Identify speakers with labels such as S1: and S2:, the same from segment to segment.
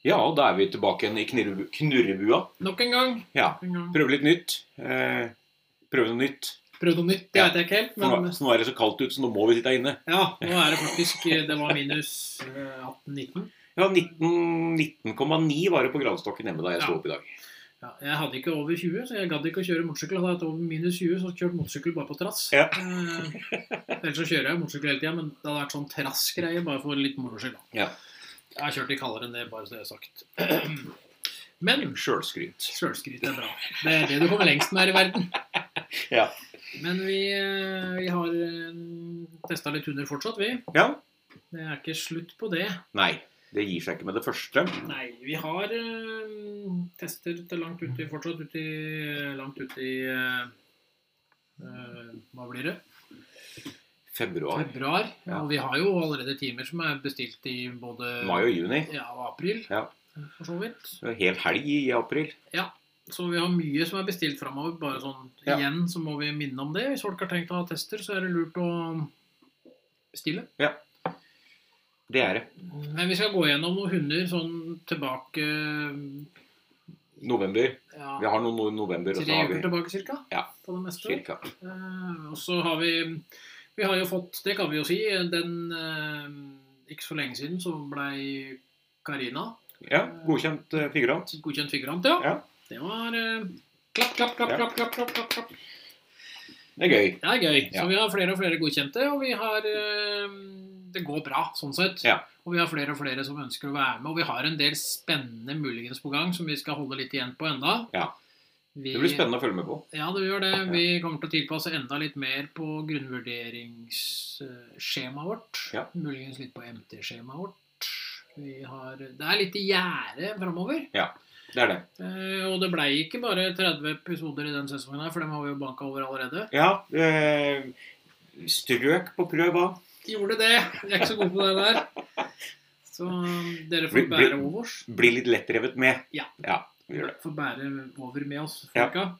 S1: Ja, og da er vi tilbake igjen i knirrebu- knurrebua.
S2: Nok en gang.
S1: Ja.
S2: Nok en gang.
S1: Prøve litt nytt. Eh, prøve noe nytt.
S2: Prøv noe nytt, det
S1: Ja.
S2: vet jeg ikke helt.
S1: For nå,
S2: Men
S1: for nå er det så kaldt ute, så nå må vi sitte her inne.
S2: ja, nå er det faktisk Det var minus eh, 18-19.
S1: Ja, 19 19,9 var det på gradestokken hjemme da jeg sto
S2: Ja.
S1: opp i dag.
S2: Ja, jeg hadde ikke over 20, så jeg gadd ikke å kjøre motorsykkel. Hadde jeg hatt over minus 20, så hadde jeg kjørt motorsykkel bare på trass.
S1: Ja.
S2: Eh, ellers så kjører jeg motorsykkel hele tida, men det hadde vært sånn trassgreie bare for litt moro skyld. da.
S1: Ja.
S2: Jeg har kjørt litt kaldere enn det, bare så det er sagt. Men
S1: Sjølskryt.
S2: sjølskryt er bra. Det er det du kommer lengst med her i verden.
S1: Ja.
S2: Men vi, eh, vi har testa litt hunder fortsatt, vi.
S1: Ja.
S2: Det er ikke slutt på det.
S1: Nei, det gir seg ikke med det første.
S2: Nei, vi har eh, tester til langt uti,
S1: Mm.
S2: fortsatt uti Langt uti eh, eh, Hva blir det?
S1: Februar,
S2: Februar.
S1: Ja.
S2: Og vi har jo allerede timer som er bestilt i både
S1: mai og juni.
S2: ja, og april. eh,
S1: Ja.
S2: For så vidt.
S1: Det er Hel helg i april.
S2: Så vi har mye som er bestilt framover. Bare sånn
S1: Ja.
S2: igjen så må vi minne om det. Hvis folk har tenkt å ha tester, så er det lurt å bestille.
S1: Det er det.
S2: Men vi skal gå gjennom noen hunder sånn tilbake eh,
S1: November.
S2: ja,
S1: Vi har noen no- november, og så
S2: tre
S1: har
S2: uker
S1: vi
S2: tilbake ca.
S1: Ja.
S2: på det meste.
S1: cirka.
S2: Eh, og så har vi Vi har jo fått, det kan vi jo si, den eh, Ikke så lenge siden så blei Karina
S1: Ja, godkjent eh, figurant.
S2: godkjent figurant, ja.
S1: Ja.
S2: Det var eh, klapp, klapp, klapp,
S1: Ja.
S2: klapp, klapp, klapp, klapp, klapp.
S1: Det er gøy.
S2: Det er gøy.
S1: Ja.
S2: Så vi har flere og flere godkjente, og vi har eh, Det går bra, sånn sett.
S1: Ja.
S2: Og vi har flere og flere som ønsker å være med, og vi har en del spennende muligens på gang som vi skal holde litt igjen på enda.
S1: Ja.
S2: Vi,
S1: Det blir spennende å følge med på.
S2: Ja, det gjør det. Vi kommer til å tilpasse enda litt mer på grunnvurderingsskjemaet vårt.
S1: Ja.
S2: Muligens litt på MT-skjemaet vårt. Vi har, det er litt i gjære framover.
S1: Det er det.
S2: Eh, og det blei ikke bare 30 episoder i den sesongen her, for dem har vi jo banka over allerede.
S1: Ja, eh, strøk på prøva.
S2: Gjorde det. Jeg er ikke så god på det der. Så um, dere
S1: Bli-
S2: får
S1: bli-
S2: bære over oss.
S1: Bli litt lettrevet med.
S2: Ja.
S1: vi gjør det.
S2: får bære over med oss,
S1: Ja.
S2: folka.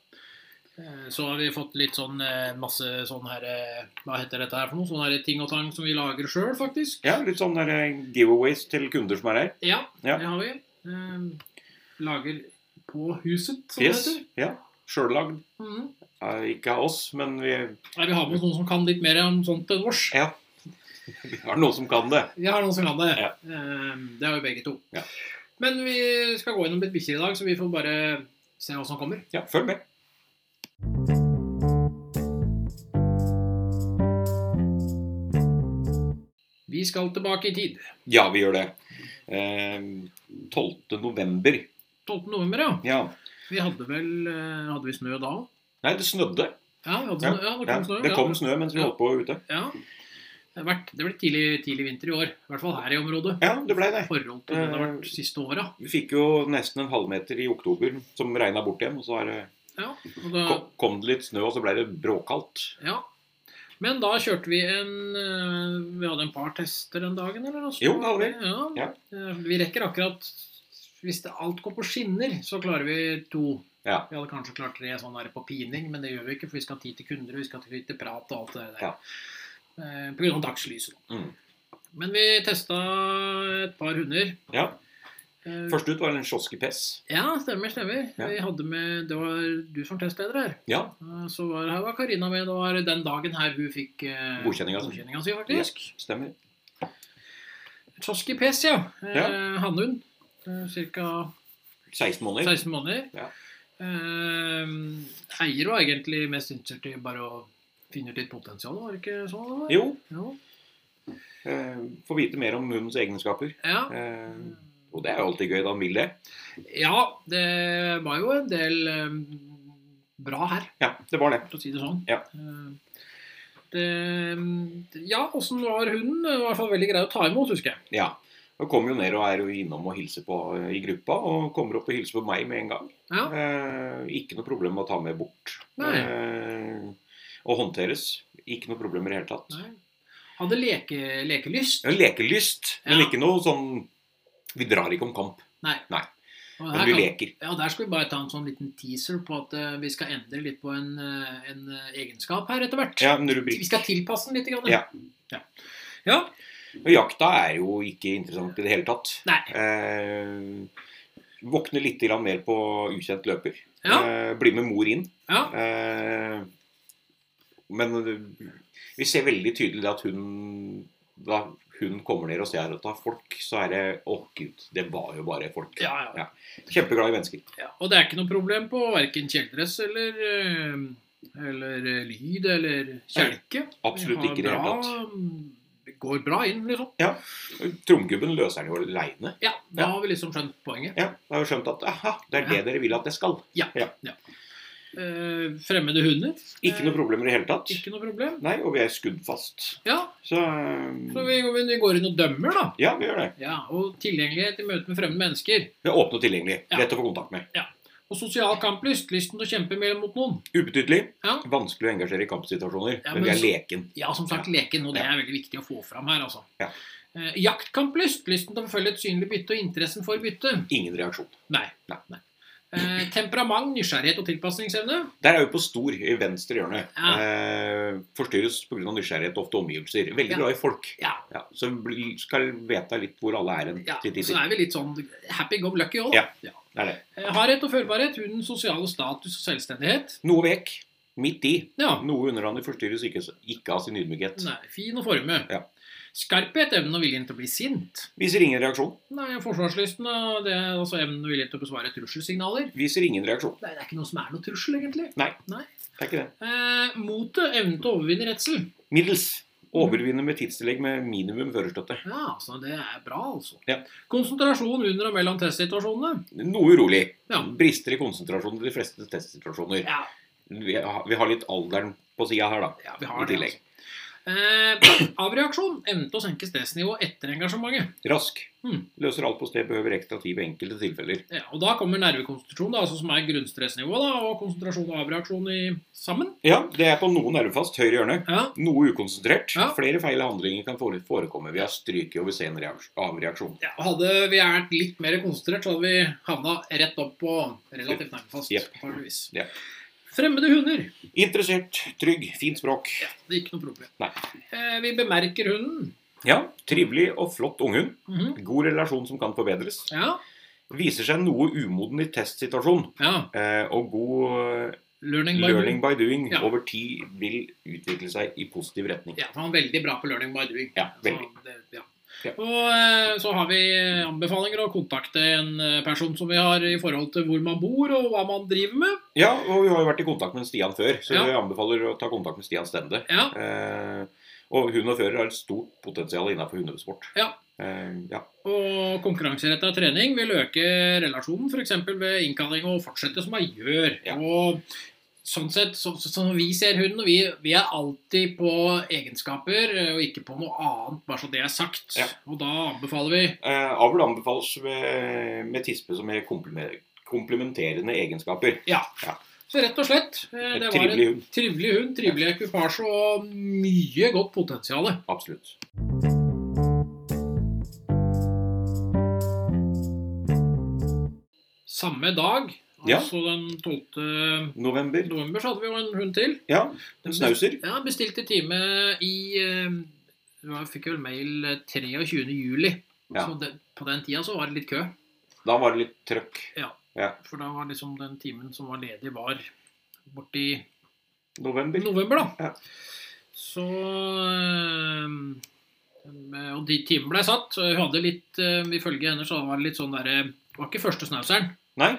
S2: Eh, Så har vi fått litt sånn eh, masse sånn her eh, Hva heter dette her for noe? Sånne her ting og tang som vi lager sjøl, faktisk.
S1: Ja, litt sånn der eh, giveaways til kunder som er her.
S2: Ja,
S1: Ja.
S2: det har vi. Eh, Lager på huset, som
S1: Yes.
S2: det heter.
S1: Ja. Sjøllagd.
S2: Mhm.
S1: Eh, Ikke av oss, men vi,
S2: Nei, vi har med oss noen som kan litt mer om sånt enn vårs.
S1: vi har noen som kan det.
S2: Vi har noen som kan det.
S1: Ja.
S2: Eh, Det har jo begge to.
S1: Ja.
S2: Men vi skal gå gjennom litt bikkjer i dag, så vi får bare se hva som kommer.
S1: Ja, følg med.
S2: Vi skal tilbake i tid.
S1: Ja, vi gjør det. Eh, 12. november.
S2: 12. november, ja.
S1: Ja.
S2: Vi hadde vel eh, Hadde vi snø da òg?
S1: Nei, det snødde.
S2: Ja, vi hadde
S1: Ja,
S2: snø. ja, det
S1: Ja,
S2: kom snø.
S1: det kom
S2: ja.
S1: snø mens vi
S2: Ja.
S1: holdt på ute.
S2: Ja. Det, har vært, det ble tidlig, tidlig vinter i år. I hvert fall her i området.
S1: Ja, det blei det.
S2: I forhold til det det har
S1: Eh,
S2: vært siste åra.
S1: Vi fikk jo nesten en halvmeter i oktober som regna bort igjen. Og så er det,
S2: Ja, og da,
S1: ko- kom det litt snø, og så blei det bråkaldt.
S2: ja. Men da kjørte vi en eh, Vi hadde en par tester den dagen, eller noe sånt?
S1: Jo, det hadde vi.
S2: Ja. Eh, Vi rekker akkurat Hvis det alt går på skinner, så klarer vi to.
S1: Ja.
S2: Vi hadde kanskje klart tre sånn der på pining, men det gjør vi ikke, for vi skal ha tid til kunder, og vi skal ha tid til prat og alt det der.
S1: Ja.
S2: Eh, På grunn av dagslyset.
S1: Mm.
S2: Men vi testa et par hunder.
S1: Ja.
S2: Eh,
S1: Først ut var en kioskepess.
S2: Ja, stemmer, stemmer.
S1: Ja.
S2: Vi hadde med, Det var du som testleder her.
S1: Ja.
S2: Eh, Så var, her var Karina med. Det var den dagen her hun fikk eh,
S1: Godkjenninga si.
S2: godkjenninga si, faktisk.
S1: Stemmer.
S2: Toski Pes, ja. Eh,
S1: Ja.
S2: Hannhund. Eh, Ca.
S1: 16 måneder.
S2: 16 måneder.
S1: Ja.
S2: Eh, eier var egentlig mest interessert i bare å finne ut litt potensial, var det ikke sånn? det var?
S1: Jo.
S2: jo.
S1: Eh, Få vite mer om hundens egenskaper.
S2: Ja.
S1: Eh, og det er jo alltid gøy da han vil det.
S2: ja, det var jo en del eh, bra her.
S1: Ja, det var det.
S2: for å si det sånn.
S1: Ja.
S2: Eh, Det, mm, ja, åssen var hunden? Det var i hvert fall veldig grei å ta imot, husker jeg.
S1: Ja. Og kommer jo ned og er jo innom og hilser på eh, i gruppa, og kommer opp og hilser på meg med en gang.
S2: Ja,
S1: Eh, ikke noe problem med å ta med bort.
S2: Nei.
S1: Eh, og håndteres. Ikke noe problem i det hele tatt.
S2: nei. Hadde leke, lekelyst.
S1: Ja, lekelyst, men
S2: Ja.
S1: ikke noe sånn Vi drar ikke om kamp,
S2: Og
S1: men
S2: her
S1: vi
S2: kan-
S1: leker.
S2: ja, der skal vi bare ta en sånn liten teaser på at eh, vi skal endre litt på en, eh, en eh, egenskap her etter hvert.
S1: Ja, en
S2: Vi
S1: rubrikk.
S2: skal tilpasse den litt. Grann.
S1: Ja.
S2: Ja. Ja.
S1: Og jakta er jo ikke interessant i det hele tatt.
S2: Nei.
S1: Eh, våkne litt grann mer på ukjent løper.
S2: Ja.
S1: Eh, bli med mor inn.
S2: ja.
S1: Eh, men eh, vi ser veldig tydelig det at hun da hun kommer ned og ser at det er folk, så er det Å, gud, det var jo bare folk.
S2: Ja, ja.
S1: Kjempeglad i mennesker.
S2: Ja, og det er ikke noe problem på verken kjeledress eller, eh, eller eh, lyd eller kjelke.
S1: Absolutt ikke i det hele tatt.
S2: Det går bra inn, liksom.
S1: Tromgubben løser den jo aleine.
S2: Ja, da
S1: Ja.
S2: har vi liksom skjønt poenget.
S1: Ja, da har vi skjønt at aha, det er det dere vil at jeg skal.
S2: Eh, fremmede hunder.
S1: Ikke noe problemer i det hele tatt.
S2: Eh, ikke noe problem.
S1: Nei, og vi er skuddfast.
S2: Ja,
S1: Så, eh,
S2: så vi, vi går inn og dømmer, da.
S1: ja, vi gjør det.
S2: Ja, Og tilgjengelighet i møte med fremmede mennesker.
S1: Vi er åpne og tilgjengelige.
S2: Ja.
S1: Lett å få kontakt med.
S2: Og sosial kamplyst. Lysten til å kjempe mer mot noen.
S1: Ubetydelig.
S2: Ja.
S1: Vanskelig å engasjere i kampsituasjoner,
S2: Ja,
S1: men,
S2: men
S1: vi er
S2: så-
S1: leken.
S2: Ja, som sagt leken, og det er veldig viktig å få fram her, altså.
S1: Ja.
S2: Eh, jaktkamplyst. Lysten til å forfølge et synlig bytte og interessen for bytte.
S1: Ingen reaksjon.
S2: Nei.
S1: Nei.
S2: Nei. Eh, temperament, nysgjerrighet og tilpasningsevne.
S1: Der er vi på stor i venstre hjørne.
S2: Ja.
S1: Eh, forstyrres pga. nysgjerrighet og ofte omgivelser. Veldig
S2: Ja.
S1: glad i folk.
S2: Ja.
S1: Ja, så bli- skal vite litt hvor alle er hen.
S2: Ja,
S1: til
S2: så
S1: tider.
S2: er vi litt sånn happy go lucky òg, da. Ja.
S1: Det er det.
S2: Eh, Hardhet og førbarhet, hundens sosiale status og selvstendighet.
S1: Noe vek. Midt i.
S2: Ja.
S1: Noe underhandlig forstyrres ikke, ikke av sin ydmykhet.
S2: Nei, fin å forme.
S1: Ja.
S2: Skarphet, evnen og viljen til å bli sint.
S1: Viser ingen reaksjon.
S2: Nei, Forsvarslysten og det er også evnen og viljen til å besvare trusselsignaler.
S1: Viser ingen reaksjon.
S2: Nei, det er ikke noe som er noe trussel, egentlig.
S1: Det er ikke det.
S2: Eh, Motet, evnen til å overvinne redsel.
S1: Middels. Overvinne med tidstillegg med minimum førerstøtte.
S2: Ja, så det er bra, altså.
S1: Ja.
S2: Konsentrasjon under og mellom testsituasjonene.
S1: Noe urolig.
S2: Ja.
S1: Brister i konsentrasjonen i de fleste testsituasjoner.
S2: ja,
S1: Vi har, vi har litt alderen på sida her, da.
S2: Ja, vi har
S1: I
S2: det.
S1: tillegg.
S2: Altså. Eh, avreaksjon. Evne til å senke stressnivået etter engasjementet.
S1: Rask.
S2: Mm.
S1: Løser alt på sted, behøver ekstra tid ved enkelte tilfeller.
S2: Ja, og Da kommer nervekonstitusjon, da, altså som er grunnstressnivået, da, og konsentrasjon og avreaksjon i sammen.
S1: Ja, det er på noen nervefast høyre hjørne.
S2: Ja,
S1: Noe ukonsentrert.
S2: Ja.
S1: Flere feil handlinger kan fore- forekomme. Vi har stryket og vi ser en reaks- avreaksjon.
S2: ja, og Hadde vi vært litt mer konsentrert, så hadde vi havna rett opp på relativt nærmest.
S1: Jep.
S2: antageligvis.
S1: Jep.
S2: Fremmede hunder.
S1: Interessert, trygg, fint språk.
S2: Ja, det er ikke noe problem.
S1: Nei.
S2: Eh, vi bemerker hunden.
S1: Ja, trivelig og flott unghund.
S2: Mhm.
S1: God relasjon som kan forbedres.
S2: Ja,
S1: Viser seg noe umoden i testsituasjon.
S2: ja.
S1: Eh, og god eh,
S2: Learning by
S1: learning
S2: doing.
S1: by doing
S2: Ja.
S1: over tid vil utvikle seg i positiv retning.
S2: Ja, for han er veldig bra på learning by doing.
S1: Ja, veldig.
S2: Så det, ja.
S1: Ja.
S2: Og eh, så har vi anbefalinger å kontakte en eh, person som vi har i forhold til hvor man bor og hva man driver med.
S1: Ja, og vi har jo vært i kontakt med Stian før, så
S2: Ja.
S1: jeg anbefaler å ta kontakt med Stian Stende.
S2: Ja,
S1: Eh, og hund og fører har et stort potensial innenfor hundesport.
S2: Ja.
S1: Eh, ja.
S2: Og konkurranseretta trening vil øke relasjonen, f.eks. ved innkalling og fortsette som man gjør.
S1: Ja.
S2: Og sånn sett, så, så, sånn vi ser hunden, vi, vi er alltid på egenskaper eh, og ikke på noe annet, bare så det er sagt.
S1: Ja.
S2: Og da anbefaler vi
S1: Eh, avl anbefales med, med tispe som er komplimer- komplementerende egenskaper.
S2: Så rett og slett, eh,
S1: Et
S2: det var en
S1: trivelig hund.
S2: trivelig hund, trivelig ekvipasje og mye godt potensial.
S1: Absolutt.
S2: Samme dag,
S1: Ja.
S2: altså den 12.
S1: November.
S2: november, så hadde vi jo en hund til.
S1: Ja, en
S2: Den
S1: snauser.
S2: Ja, han bestilte time i eh, Jeg fikk vel mail 23. juli.
S1: Ja.
S2: Så det, på den tida så var det litt kø.
S1: Da var det litt trøkk.
S2: For da var liksom den timen som var ledig, var borti
S1: November.
S2: november, da.
S1: Ja.
S2: Så eh, Og de timene ble satt. Så hun hadde litt eh, Ifølge henne så var det litt sånn derre Det var ikke første snauseren.
S1: Nei.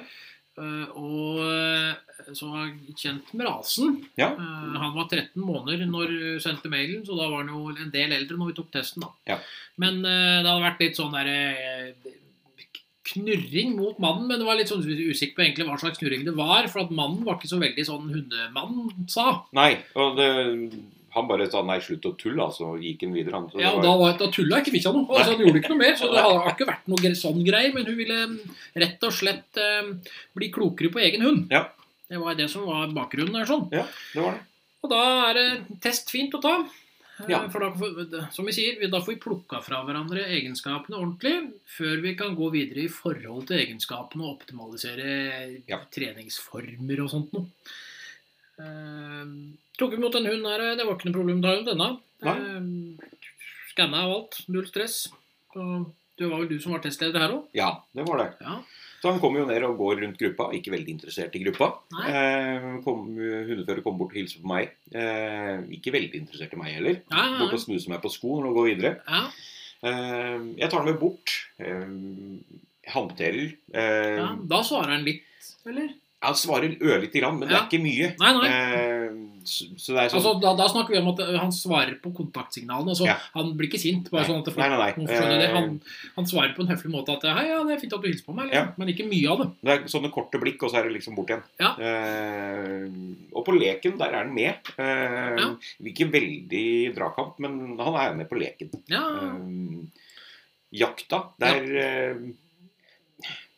S2: Eh, og eh, så var jeg kjent med rasen.
S1: Ja.
S2: Eh, han var 13 måneder når hun sendte mailen, så da var han jo en del eldre når vi tok testen. da.
S1: Ja.
S2: Men eh, det hadde vært litt sånn der eh, knurring mot mannen, men det var litt sånn usikker på egentlig hva slags knurring det var, for at mannen var ikke så veldig sånn hundemann sa.
S1: Nei. Og det, han bare sa nei, slutt å tulle, altså. og Gikk han videre, han. Så det
S2: Ja, og
S1: var-
S2: da, var, da tulla ikke bikkja noe. Altså, han gjorde ikke noe mer, så det har ikke vært noe gre- sånn greier. Men hun ville mm, rett og slett eh, bli klokere på egen hund.
S1: Ja.
S2: Det var det som var bakgrunnen. her sånn.
S1: det var det.
S2: Og da er det test fint å ta. Eh,
S1: Ja.
S2: For da, får- som vi sier, vi- da får vi plukka fra hverandre egenskapene ordentlig før vi kan gå videre i forhold til egenskapene og optimalisere
S1: Ja.
S2: treningsformer og sånt noe. Eh, tok vi mot en hund her, det var ikke noe problem å ta ut denne.
S1: Nei.
S2: Eh, Skanna og alt. Null stress. Og det var vel du som var testleder her òg?
S1: Ja, det var det.
S2: Ja.
S1: Så han kommer jo ned og går rundt gruppa. Ikke veldig interessert i gruppa.
S2: Nei.
S1: Eh, kom, hundefører kommer bort og hilser på meg. Eh, ikke veldig interessert i meg heller.
S2: Ja, ja,
S1: Bort og snuser meg på skoen og går videre.
S2: ja.
S1: Eh, jeg tar den med bort. Eh, håndterer. Eh,
S2: ja. Da svarer han litt, eller?
S1: Han svarer ørlite grann, men det er
S2: Ja.
S1: ikke mye.
S2: Nei, nei.
S1: Eh, så, så det er sånn
S2: Altså, da, da snakker vi om at ø, han svarer på kontaktsignalene. Altså,
S1: Ja.
S2: Han blir ikke sint. bare
S1: Nei.
S2: sånn at det
S1: Nei, nei, nei.
S2: Hun skjønner det.
S1: Eh,
S2: Han, han svarer på en høflig måte at 'hei, ja, det er fint at du hilser på meg', liksom.
S1: Ja.
S2: men ikke mye av det.
S1: Det er sånne korte blikk, og så er det liksom bort igjen.
S2: Ja.
S1: Eh, og på leken, der er han med. Eh,
S2: Ja.
S1: Ikke veldig dragkamp, men han er med på leken.
S2: Ja,
S1: Eh, jakta, der eh,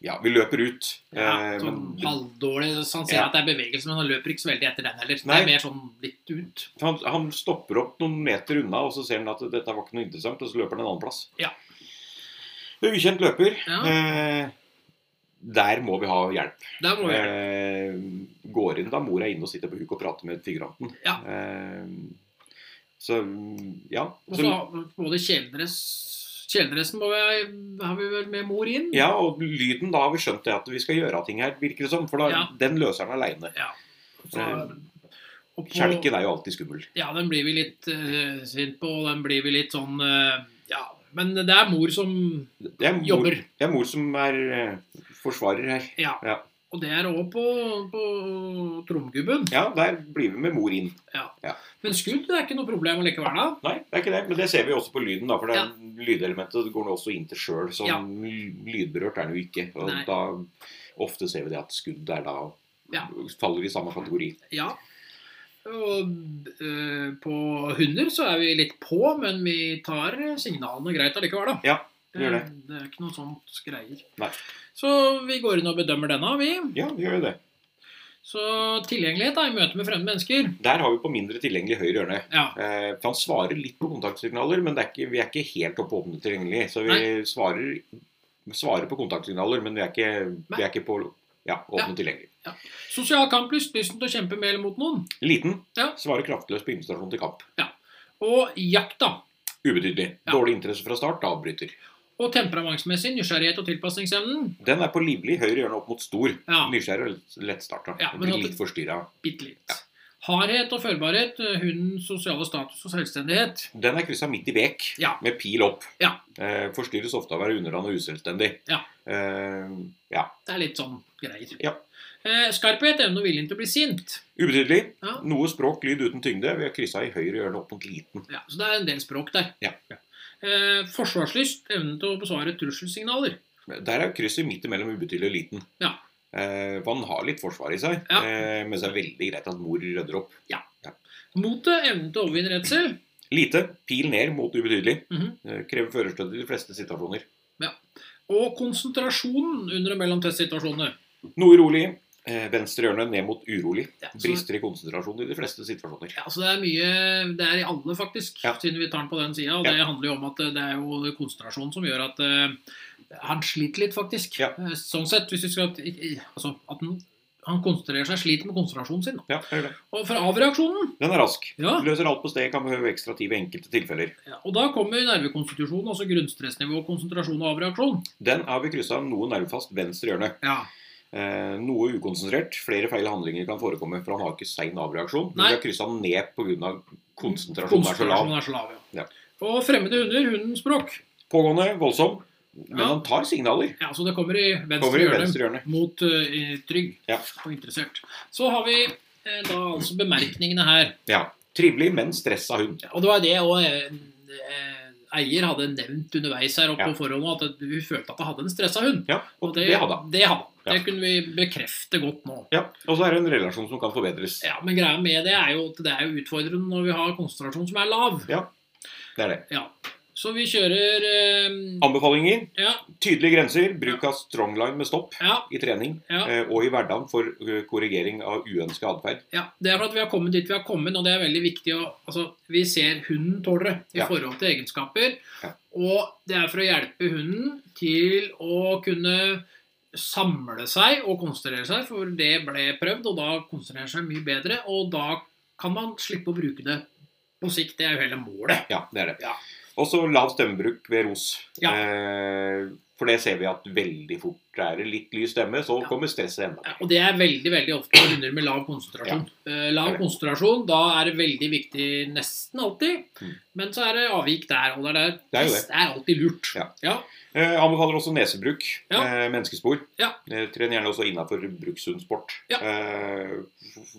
S1: Ja, vi løper ut.
S2: ja
S1: eh, men
S2: sånn
S1: det-
S2: halvdårlig. Så han ser
S1: Ja.
S2: at det er bevegelse, men han løper ikke så veldig etter den heller. Det
S1: Nei.
S2: er mer sånn litt ut.
S1: han, han stopper opp noen meter unna, og så ser han at dette var ikke noe interessant, og så løper han en annen plass.
S2: Ja.
S1: Det er ukjent løper.
S2: Ja.
S1: Eh, der må vi ha hjelp.
S2: Der må vi gjøre det.
S1: Eh, går inn da mora er inne og sitter på huk og prater med figuranten.
S2: Ja.
S1: Eh, så ja.
S2: Og
S1: Så,
S2: så har- både kjeledress Kjeledressen må vi, har vi vel med mor inn.
S1: ja, og lyden, da har vi skjønt det at vi skal gjøre ting her, virker det som. For da,
S2: Ja.
S1: den løser han aleine.
S2: Så,
S1: eh,
S2: og på-
S1: Kjelken er jo alltid skummel.
S2: Ja, den blir vi litt eh, sint på, og den blir vi litt sånn eh, Ja. Men det er mor som
S1: Det er mor,
S2: jobber.
S1: det er mor som er eh, forsvarer her.
S2: Ja.
S1: Ja.
S2: Og det er òg på, på tromgubben.
S1: Ja, der blir vi med mor inn.
S2: Men skudd det er ikke noe problem allikevel, da.
S1: Nei, det er ikke det, men det ser vi også på lyden, da. For det
S2: Ja.
S1: lydelementet går nå også inn til sjøl. Så
S2: Ja.
S1: lydberørt er den jo ikke. Og
S2: Nei.
S1: da ofte ser vi det at skudd er da
S2: Ja.
S1: faller i samme kategori.
S2: Ja. Og eh, på hunder så er vi litt på, men vi tar signalene greit allikevel, da. Eh,
S1: Ja, vi gjør det.
S2: Det er ikke noe sånt greier.
S1: Nei.
S2: Så vi går inn og bedømmer denne, vi.
S1: Ja, vi gjør jo det.
S2: Så tilgjengelighet da, i møte med fremmede mennesker.
S1: Der har vi på mindre tilgjengelig høyre hjørne.
S2: Ja.
S1: Eh, for han svarer litt på kontaktsignaler, men det er ikke, vi er ikke helt oppe på åpne tilgjengelig. Så vi svarer, svarer på kontaktsignaler, men vi er ikke, vi er ikke på ja, åpne tilgjengelig.
S2: Sosial kamplyst, lysten til å kjempe med eller mot noen.
S1: Liten.
S2: Ja.
S1: Svarer kraftløst på invitasjon til kamp.
S2: Og jakt, da.
S1: Ubetydelig.
S2: Ja.
S1: Dårlig interesse fra start. Avbryter.
S2: Og temperamentsmessig nysgjerrighet og tilpasningsevnen.
S1: Den er på livlig høyre hjørne opp mot stor.
S2: Ja,
S1: Nysgjerrig og lettstarta.
S2: Ja, men
S1: Blir
S2: at-
S1: litt forstyrra.
S2: bitte litt. Hardhet og førbarhet, hundens sosiale status og selvstendighet.
S1: Den er kryssa midt i vek,
S2: Ja.
S1: med pil opp.
S2: Ja.
S1: Eh, forstyrres ofte av å være underdanig og uselvstendig.
S2: Ja.
S1: Eh, ja.
S2: Det er litt sånn greier.
S1: Ja.
S2: Eh, skarphet, evne og viljen til å bli sint.
S1: Ubetydelig.
S2: Ja.
S1: Noe språk, lyd uten tyngde. Vi har kryssa i høyre hjørne opp mot liten.
S2: Ja, så det er en del språk der.
S1: Mm. Ja.
S2: Eh, forsvarslyst, evnen til å besvare trusselsignaler.
S1: Der er krysset midt imellom ubetydelig og liten.
S2: Ja.
S1: Eh, for han har litt forsvar i seg,
S2: Ja.
S1: eh, men så er det veldig greit at mor rydder opp.
S2: Motet, evnen til å overvinne redsel.
S1: Lite. Pil ned mot ubetydelig.
S2: Mhm.
S1: Eh, krever førerstøtte i de fleste situasjoner.
S2: Og konsentrasjonen under og mellom testsituasjoner.
S1: Noe urolig. Eh, venstre hjørne ned mot urolig.
S2: Ja, så,
S1: Brister i konsentrasjon i de fleste situasjoner.
S2: ja, så det er mye Det er i alle, faktisk,
S1: Ja.
S2: siden vi tar den på den sida. Og
S1: Ja.
S2: det handler jo om at eh, det er jo konsentrasjonen som gjør at eh, han sliter litt, faktisk.
S1: Ja.
S2: Eh, Sånn sett, hvis vi skal i- i- Altså, at han, han konsentrerer seg, sliter med konsentrasjonen sin. da.
S1: Ja, det er det.
S2: Og for avreaksjonen
S1: Den er rask.
S2: Ja.
S1: Løser alt på stedet, kan behøve ekstra tid ved enkelte tilfeller.
S2: Ja, og da kommer nervekonstitusjon, altså grunnstressnivå, konsentrasjon og avreaksjon.
S1: Den har vi kryssa noe nervefast venstre hjørne.
S2: Ja.
S1: Eh, noe ukonsentrert. Flere feil handlinger kan forekomme, for han har ikke sein avreaksjon. Men
S2: Nei.
S1: vi har kryssa den ned pga. konsentrasjonen er så lav.
S2: Konsentrasjonen er så lav, ja.
S1: Ja.
S2: Og fremmede hunder, hundens språk.
S1: Pågående, voldsom. Men
S2: Ja.
S1: han tar signaler.
S2: Ja, så det kommer i venstre
S1: Kommer i
S2: hjørne
S1: venstre hjørne.
S2: mot eh, trygg
S1: Ja.
S2: og interessert. Så har vi eh, da altså bemerkningene her.
S1: Ja. Trivelig, men stressa hund.
S2: Ja, Og det var det og, eh, eh, eier hadde nevnt underveis her oppe
S1: Ja.
S2: på forhåndet at hun følte at hun hadde en stressa hund.
S1: Ja, og det, hadde han.
S2: Det, hadde.
S1: Ja.
S2: det kunne vi bekrefte godt nå.
S1: Ja. Og så er det en relasjon som kan forbedres.
S2: Ja, Men greia med det er jo at det er jo utfordrende når vi har konsentrasjon som er lav.
S1: Det er det.
S2: Ja. Så vi kjører eh,
S1: Anbefalinger.
S2: Ja.
S1: Tydelige grenser. Bruk av strongline med stopp
S2: ja,
S1: i trening
S2: Ja.
S1: eh, og i hverdagen for eh, korrigering av uønska atferd.
S2: ja. Det er for at vi har kommet dit vi har kommet, og det er veldig viktig å Altså, vi ser hunden tåler det i
S1: Ja.
S2: forhold til egenskaper.
S1: Ja.
S2: Og det er for å hjelpe hunden til å kunne samle seg og konsentrere seg, for det ble prøvd, og da konsentrerer seg mye bedre, og da kan man slippe å bruke det på sikt. Det er jo hele målet.
S1: Ja, det er det.
S2: Ja.
S1: Også lav stemmebruk ved ros.
S2: Ja.
S1: Eh, for det ser vi at veldig fort er det litt lys stemme, så
S2: Ja.
S1: kommer stresset enda
S2: Ja, Og det er veldig veldig ofte på runder med lav konsentrasjon. Eh, lav
S1: det er det.
S2: konsentrasjon, da er det veldig viktig nesten alltid.
S1: Mm.
S2: Men så er det avvik der, og det er der
S1: Det er jo
S2: test er alltid lurt.
S1: Ja. Eh, anbefaler også nesebruk. Eh, menneskespor.
S2: Ja.
S1: Eh, tren gjerne også innafor brukshundsport.
S2: Ja.
S1: Eh,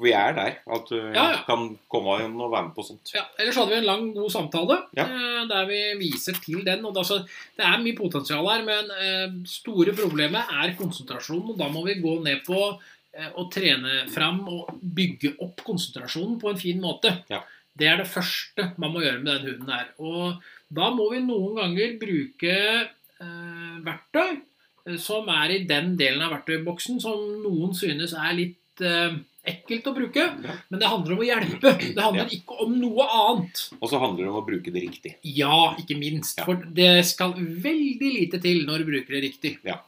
S1: vi er der. At du
S2: Ja, ja.
S1: kan komme inn og være med på sånt.
S2: Ja, ellers hadde vi en lang, god samtale
S1: Ja.
S2: eh, der vi viser til den. Og det, er altså- det er mye potensial her, men eh, store problemet er konsentrasjonen. Og da må vi gå ned på eh, å trene fram og bygge opp konsentrasjonen på en fin måte.
S1: Ja.
S2: Det er det første man må gjøre med den hunden her. Og da må vi noen ganger bruke eh, verktøy eh, som er i den delen av verktøyboksen som noen synes er litt eh, ekkelt å bruke.
S1: Ja.
S2: Men det handler om å hjelpe. Det handler ikke om noe annet.
S1: Og så handler det om å bruke det riktig.
S2: Ja, ikke minst.
S1: Ja.
S2: For det skal veldig lite til når du bruker det riktig.
S1: Ja.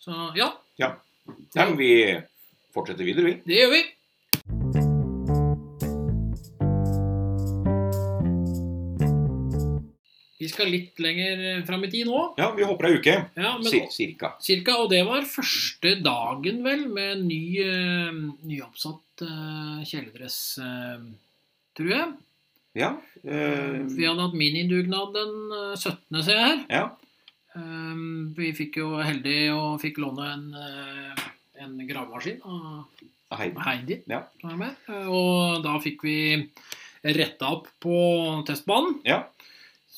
S2: Så ja,
S1: Nei, men vi fortsetter videre, vi.
S2: det gjør vi. Vi skal litt lenger fram i tid nå.
S1: Ja, vi hopper ei uke.
S2: Ja, men
S1: Cir cirka.
S2: Cirka, og det var første dagen, vel, med ny, eh, nyoppsatt eh, kjeledress, eh, tror jeg.
S1: Ja. eh,
S2: Vi hadde hatt minidugnad den eh, 17. ser jeg her.
S1: ja.
S2: Ehm, Vi fikk jo heldig og fikk låne en, eh, en gravemaskin av
S1: Hei.
S2: Heidi.
S1: Ja.
S2: som er med. Eh, Og da fikk vi retta opp på testbanen.
S1: Ja.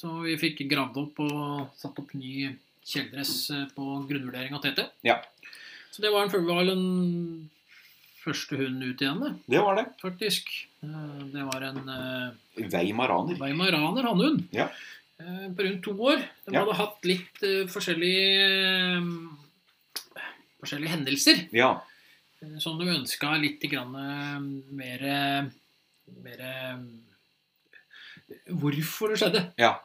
S2: Så vi fikk gravd opp og satt opp ny kjeledress eh, på grunnvurdering av TT.
S1: Ja.
S2: Så det var en følgevalg første hund ut igjen, det,
S1: Det var det.
S2: faktisk. Eh, Det var en eh,
S1: Weimaraner.
S2: Weimaraner, hannhund.
S1: Ja.
S2: Eh, På rundt to år. De
S1: Ja.
S2: hadde hatt litt eh, forskjellige eh, forskjellige hendelser
S1: Ja.
S2: eh, som de ønska litt grann, eh, mer, eh, mer eh, Hvorfor det skjedde.
S1: Ja.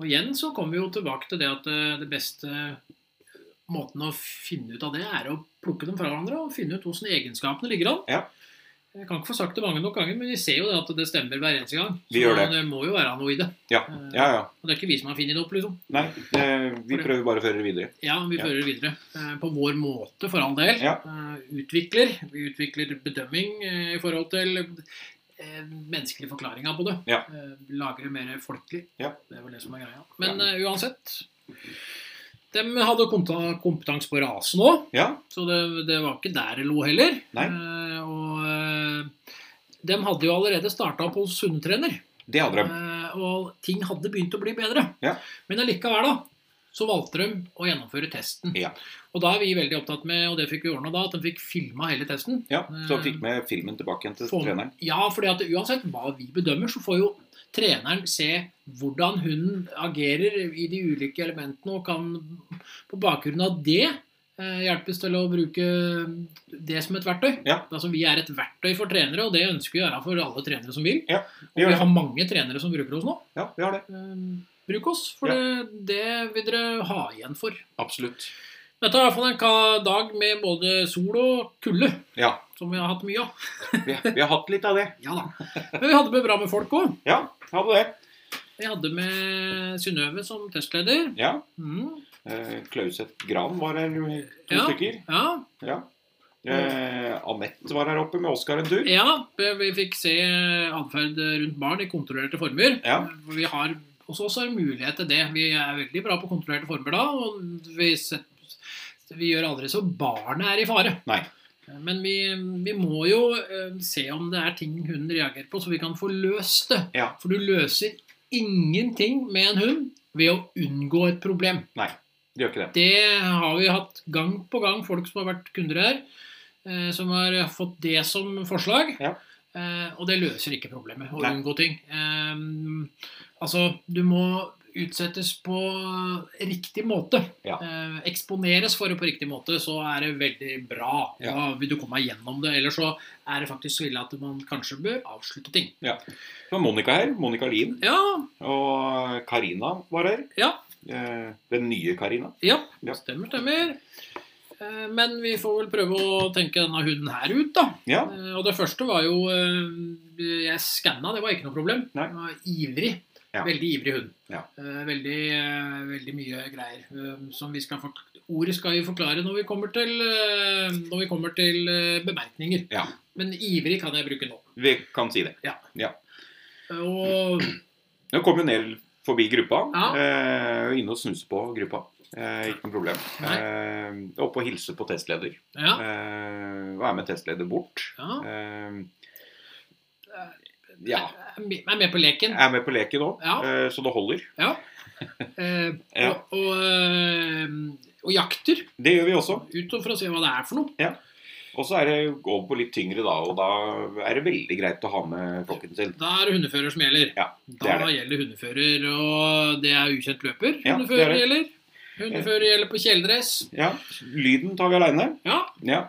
S2: Og igjen så kommer vi jo tilbake til det at eh, det beste eh, måten å finne ut av det, er å plukke dem fra hverandre og finne ut hvordan egenskapene ligger an.
S1: Ja.
S2: Jeg kan ikke få sagt det mange nok ganger, men vi ser jo det at det stemmer hver eneste gang. eh,
S1: Vi gjør det.
S2: må jo være noe i det.
S1: Ja. ja, ja.
S2: Og det er ikke vi som har funnet det opp, liksom.
S1: Nei, eh, vi prøver bare å føre det videre.
S2: Ja, vi
S1: Ja.
S2: fører det videre. eh, På vår måte, for all del.
S1: Ja.
S2: Eh, Utvikler. Vi utvikler bedømming eh, i forhold til eh, menneskelige forklaringer på det.
S1: Ja.
S2: Eh, Lager det mer folkelig.
S1: Ja.
S2: Det er vel det som er greia. Men eh, uansett De hadde komta- kompetanse på rase nå,
S1: Ja.
S2: så det, det var ikke der det lå heller.
S1: Nei.
S2: Eh, Og eh, de hadde jo allerede starta opp hos hundetrener.
S1: Det hadde de.
S2: Eh, og ting hadde begynt å bli bedre.
S1: Ja.
S2: Men allikevel, da, så valgte de å gjennomføre testen.
S1: Ja.
S2: Og da er vi veldig opptatt med, og det fikk vi ordna da, at de fikk filma hele testen.
S1: Ja, Så fikk vi filmen tilbake igjen til
S2: Eh. Få-
S1: treneren.
S2: Ja, fordi at uansett hva vi bedømmer, så får jo treneren se hvordan hunden agerer i de ulike elementene, og kan på bakgrunn av det eh, hjelpes til å bruke det som et verktøy.
S1: Ja.
S2: Altså, vi er et verktøy for trenere, og det ønsker vi å gjøre for alle trenere som vil.
S1: Ja,
S2: og
S1: gjør
S2: vi
S1: det.
S2: har mange trenere som bruker oss nå.
S1: Ja, vi har det.
S2: Eh, Bruk oss, for
S1: Ja.
S2: det, det vil dere ha igjen for.
S1: Absolutt.
S2: Dette er i hvert fall en ka- dag med både sol og kulde,
S1: Ja.
S2: som vi har hatt mye av.
S1: Vi, vi har hatt litt av det.
S2: Ja da. Men vi hadde det bra med folk òg.
S1: Ja, hadde det.
S2: Vi hadde med Synnøve som testleder.
S1: Ja.
S2: Mm,
S1: Eh, Klauset Gran var her jo i to
S2: Ja.
S1: stykker.
S2: ja.
S1: Ja. Eh, Anette var her oppe med Oskar en tur.
S2: ja, vi fikk se eh, atferd rundt barn i kontrollerte former.
S1: Ja.
S2: Vi har hos oss er det mulighet til det. Vi er veldig bra på kontrollerte former da, og vi, set, vi gjør aldri så barnet er i fare.
S1: Nei.
S2: Men vi, vi må jo eh, se om det er ting hunden reagerer på, så vi kan få løst det.
S1: Ja.
S2: For du løser ingenting med en hund ved å unngå et problem.
S1: Det gjør ikke det.
S2: Det har vi hatt gang på gang, folk som har vært kunder her, eh, som har fått det som forslag.
S1: Ja.
S2: Eh, og det løser ikke problemet å
S1: Nei.
S2: unngå ting. Eh, altså, du må utsettes på riktig måte.
S1: Ja.
S2: Eh, eksponeres for det på riktig måte, så er det veldig bra.
S1: Ja.
S2: Da vil du komme deg gjennom det. Eller så er det faktisk så ille at man kanskje bør avslutte ting.
S1: Så var Monica her. Monica Lien.
S2: Ja,
S1: Og Karina var her.
S2: Ja.
S1: Eh, den nye Karina.
S2: ja,
S1: Ja.
S2: stemmer, stemmer. Eh, men vi får vel prøve å tenke denne hunden her ut, da.
S1: Ja.
S2: Eh, Og det første var jo eh, Jeg skanna, det var ikke noe problem.
S1: Nei.
S2: Jeg var ivrig
S1: Ja.
S2: Veldig ivrig hund.
S1: Ja.
S2: Eh, veldig, eh, veldig mye greier. eh, som vi skal fork- Ordet skal vi forklare når vi kommer til, eh, når vi kommer til eh, bemerkninger.
S1: Ja.
S2: Men ivrig kan jeg bruke nå. Eh,
S1: Vi kan si det.
S2: Og
S1: Nå kom jo Nel forbi gruppa.
S2: Ja.
S1: Eh, inne og snuse på gruppa. Eh, ikke noe problem.
S2: Nei.
S1: Eh, oppe og hilse på testleder.
S2: ja,
S1: Eh, og er med testleder bort.
S2: ja.
S1: Eh, ja.
S2: Jeg er med på leken.
S1: Jeg er med på leken nå,
S2: Ja.
S1: eh, så det holder.
S2: Eh,
S1: Ja.
S2: og, og, eh, og jakter
S1: Det gjør vi også.
S2: ut for å se hva det er for noe.
S1: Og så er det over på litt tyngre, da. Og da er det veldig greit å ha med flokken sin.
S2: Da er det hundefører som gjelder.
S1: Ja, det
S2: da
S1: er det.
S2: gjelder hundefører, og det er ukjent løper.
S1: Ja, det
S2: Hundefører
S1: er
S2: gjelder. Hundefører gjelder på kjeledress.
S1: Ja, Lyden tar vi aleine.
S2: Ja,
S1: Ja.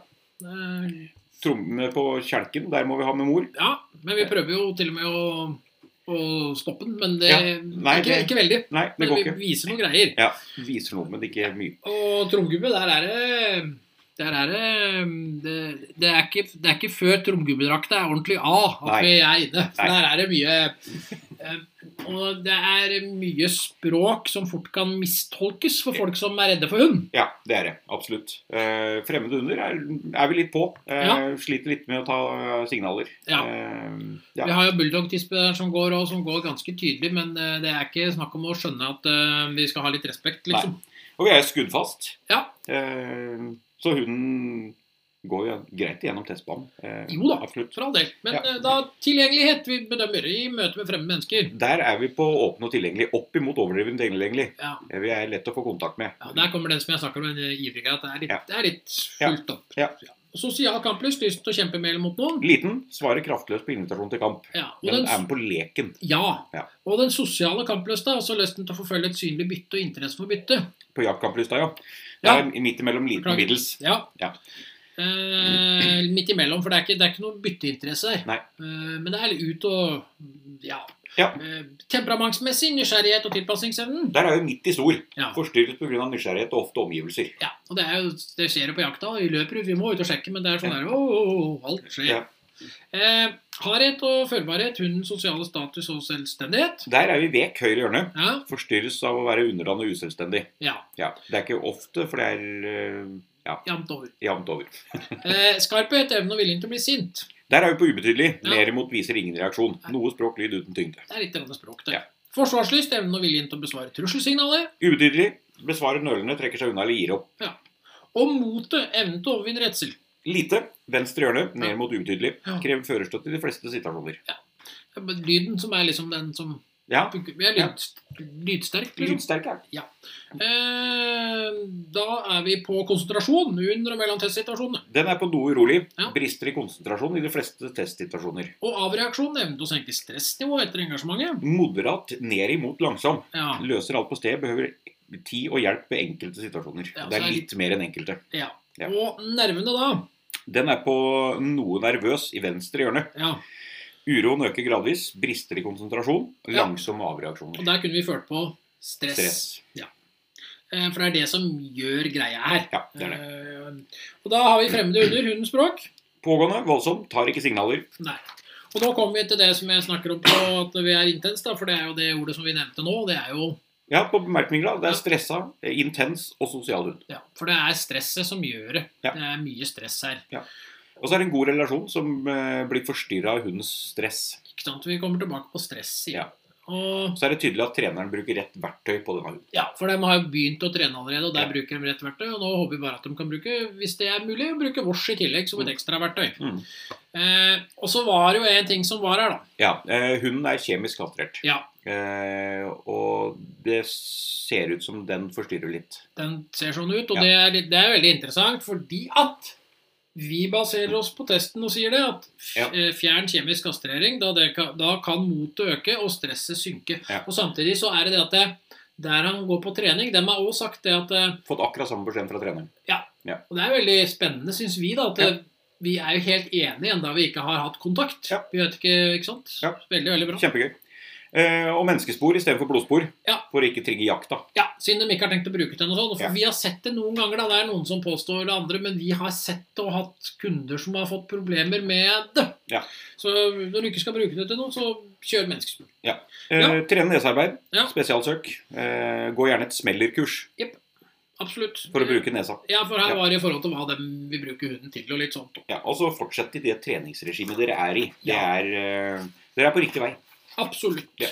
S2: eh,
S1: Trommene på kjelken, der må vi ha med mor.
S2: ja, men vi prøver jo til og med å, å stoppe den, men det,
S1: Ja, nei,
S2: ikke,
S1: det-
S2: ikke veldig.
S1: Nei, det
S2: Men
S1: går
S2: vi
S1: ikke.
S2: viser noen greier.
S1: Ja, Viser noe, men ikke mye.
S2: Og tromgubbe, der er det der er det, det, det, er ikke, det er ikke før tromgubbedrakta er ordentlig A at
S1: Nei.
S2: vi er inne. For
S1: Nei.
S2: der er det mye eh, Og det er mye språk som fort kan mistolkes for folk som er redde for hund.
S1: Ja, det er det. Absolutt. Eh, fremmede hunder er, er vi litt på. Eh,
S2: Ja.
S1: Sliter litt med å ta eh, signaler.
S2: Ja.
S1: Eh,
S2: Vi
S1: ja.
S2: har jo bulldog-tispe der som går, og som går ganske tydelig, men eh, det er ikke snakk om å skjønne at eh, vi skal ha litt respekt, liksom.
S1: Og vi er skuddfast.
S2: Ja.
S1: Eh, så hunden går jo greit igjennom testbanen. Eh,
S2: Jo da.
S1: Absolutt.
S2: For all del. Men
S1: Ja.
S2: eh, da tilgjengelighet vi bedømmer i møte med fremmede mennesker.
S1: Der er vi på åpen og tilgjengelig. Opp imot overdreven tilgjengelig.
S2: Ja.
S1: Eh, Vi er lett å få kontakt med.
S2: Ja, Der kommer den som jeg snakker om, den eh, ivrige. At det er litt,
S1: Ja.
S2: det er litt fullt opp.
S1: Ja.
S2: Sosial kamplyst, lyst til å kjempe med eller mot noen.
S1: Liten svarer kraftløst på invitasjon til kamp.
S2: Ja, og
S1: Men
S2: den,
S1: er med på leken.
S2: ja.
S1: Ja.
S2: og den sosiale kamplysta, altså lysten til å forfølge et synlig bytte og interesse for bytte.
S1: På jaktkamplysta, ja. Det
S2: Ja.
S1: er midt imellom liten og
S2: Beklager.
S1: middels.
S2: Ja.
S1: Ja.
S2: Eh, midt imellom, for det er ikke, det er ikke noe bytteinteresse her.
S1: Nei.
S2: Eh, men det er litt ut og ja.
S1: Ja.
S2: Eh, temperamentsmessig nysgjerrighet og tilpasningsevnen.
S1: Der er jo midt i stor.
S2: Ja.
S1: Forstyrret pga. nysgjerrighet og ofte omgivelser.
S2: Ja, og det, er jo, det skjer jo på jakta. og Vi løper, vi må ut og sjekke, men det er sånn der, oh, alt skjer.
S1: Ja.
S2: Eh, hardhet og følbarhet, hundens sosiale status og selvstendighet.
S1: Der er vi vek høyre hjørne.
S2: Ja,
S1: Forstyrres av å være underdanig og uselvstendig.
S2: ja,
S1: Ja. Det er ikke ofte, for det er eh,
S2: jevnt over.
S1: jevnt over.
S2: Eh, skarphet, evnen og viljen til å bli sint.
S1: Der er vi på ubetydelig.
S2: Ja.
S1: Ler imot viser ingen reaksjon. Noe språk, lyd uten tyngde.
S2: Det er litt annet språk, det.
S1: Ja.
S2: Forsvarslyst, evnen og viljen til å besvare trusselsignaler.
S1: Ubetydelig. Besvarer nølende, trekker seg unna eller gir opp.
S2: Og motet, evnen til å overvinne redsel.
S1: Lite. Venstre hjørne,
S2: Ja.
S1: ned mot ubetydelig.
S2: Ja.
S1: Krever førerstøtte i de fleste situasjoner.
S2: Ja, men Lyden som er liksom den som
S1: Ja.
S2: funker- Vi er lyd, lydsterk, liksom.
S1: Lydsterk er Mm.
S2: Eh, da er vi på konsentrasjon under og mellom testsituasjonene.
S1: Den er på noe urolig.
S2: Ja.
S1: Brister i konsentrasjon i de fleste testsituasjoner.
S2: Og avreaksjon, evnen til å senke stressnivået etter engasjementet.
S1: Moderat ned imot langsom.
S2: Ja,
S1: Løser alt på sted, behøver tid og hjelp ved enkelte situasjoner.
S2: Ja,
S1: det
S2: så
S1: er
S2: er
S1: litt mer enn enkelte.
S2: ja.
S1: Ja.
S2: Og nervene, da.
S1: Den er på noe nervøs i venstre hjørne.
S2: Ja.
S1: Uroen øker gradvis. Brister i konsentrasjon.
S2: Ja.
S1: Langsomme
S2: Og
S1: avreaksjoner.
S2: der kunne vi ført på stress.
S1: Stress.
S2: Eh, For det er det som gjør greia her.
S1: Ja, det er det.
S2: Eh, Og da har vi fremmede hunder, hundens språk.
S1: Pågående, voldsom, tar ikke signaler.
S2: Nei. Og nå kommer vi til det som jeg snakker om på at vi er intens, da, for det er jo det ordet som vi nevnte nå. Det er jo,
S1: Ja, på bemerkninger, da. Det
S2: Ja.
S1: er stressa, intens og sosial hund.
S2: ja, For det er stresset som gjør det.
S1: Ja.
S2: Det er mye stress her.
S1: Og så er det en god relasjon som eh, blir forstyrra av hundens stress.
S2: Ikke sant? Vi kommer tilbake på stress igjen.
S1: Ja.
S2: Og
S1: Så er det tydelig at treneren bruker rett verktøy på denne hunden.
S2: Ja, for de har jo begynt å trene allerede, og der
S1: Ja.
S2: bruker de rett verktøy. Og nå håper vi bare at de kan bruke, hvis det er mulig, bruke vårs i tillegg som et ekstra verktøy.
S1: Mm.
S2: Eh, og så var det jo en ting som var her, da.
S1: Ja, eh, hunden er kjemisk kastrert.
S2: Ja.
S1: Eh, og det ser ut som den forstyrrer litt.
S2: Den ser sånn ut, og
S1: Ja.
S2: det, er, litt- det er veldig interessant, fordi at vi baserer oss på testen og sier det, at f-
S1: Ja.
S2: eh, fjern kjemisk kastrering, da, det kan, da kan motet øke og stresset synke.
S1: Ja.
S2: Og samtidig så er det det at det, der han går på trening, dem har også sagt det at eh,
S1: Fått akkurat samme beskjed fra treneren.
S2: Og det er veldig spennende, syns vi, da, at
S1: Ja.
S2: eh, vi er jo helt enige enda vi ikke har hatt kontakt.
S1: Ja.
S2: Vi vet ikke, ikke sant?
S1: Ja.
S2: Veldig, veldig bra.
S1: Kjempegøy. Eh, og menneskespor istedenfor blodspor.
S2: Ja.
S1: For å ikke trigge jakta.
S2: Ja, siden de ikke har tenkt å bruke det noe sånt. For
S1: Ja.
S2: vi har sett det noen ganger, da. Det er noen som påstår det andre, men vi har sett og hatt kunder som har fått problemer med det.
S1: Ja.
S2: Så når du ikke skal bruke det til noe, så kjør menneskespor.
S1: Eh,
S2: Ja.
S1: Trene nesearbeid.
S2: Ja.
S1: Spesialsøk. Eh, gå gjerne et smellerkurs
S2: Absolutt.
S1: for å bruke nesa.
S2: Ja, for her
S1: Ja.
S2: var det i forhold til hva de vil bruke huden til, og litt sånt.
S1: Ja, og så fortsett i det treningsregimet dere er i. Det
S2: Ja.
S1: er, eh, dere er på riktig vei.
S2: Absolutt.
S1: Ja.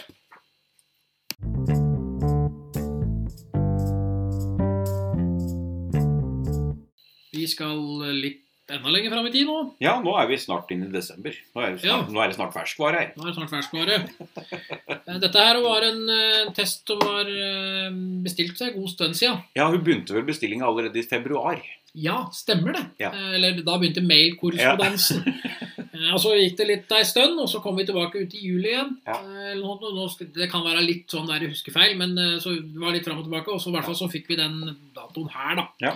S2: Vi skal litt enda lenger fram i tid nå.
S1: Ja, nå er vi snart inne i desember. Nå er, vi snart, nå er det snart ferskvare her.
S2: Nå er det snart ferskvare. Eh, Dette her var en eh, test som var eh, bestilt for en god stund siden.
S1: Ja, hun begynte vel bestillinga allerede i februar.
S2: Ja, stemmer det.
S1: Ja.
S2: Eh, Eller da begynte mailkorrespondansen. Eh, og så gikk det litt ei stund, og så kom vi tilbake ut i juli igjen.
S1: Ja.
S2: Eh, eller noe sånt. Nå sk- det kan være litt sånn der huskefeil, men eh, så det var litt fram og tilbake. Og så i hvert fall så fikk vi den datoen her, da.
S1: Ja.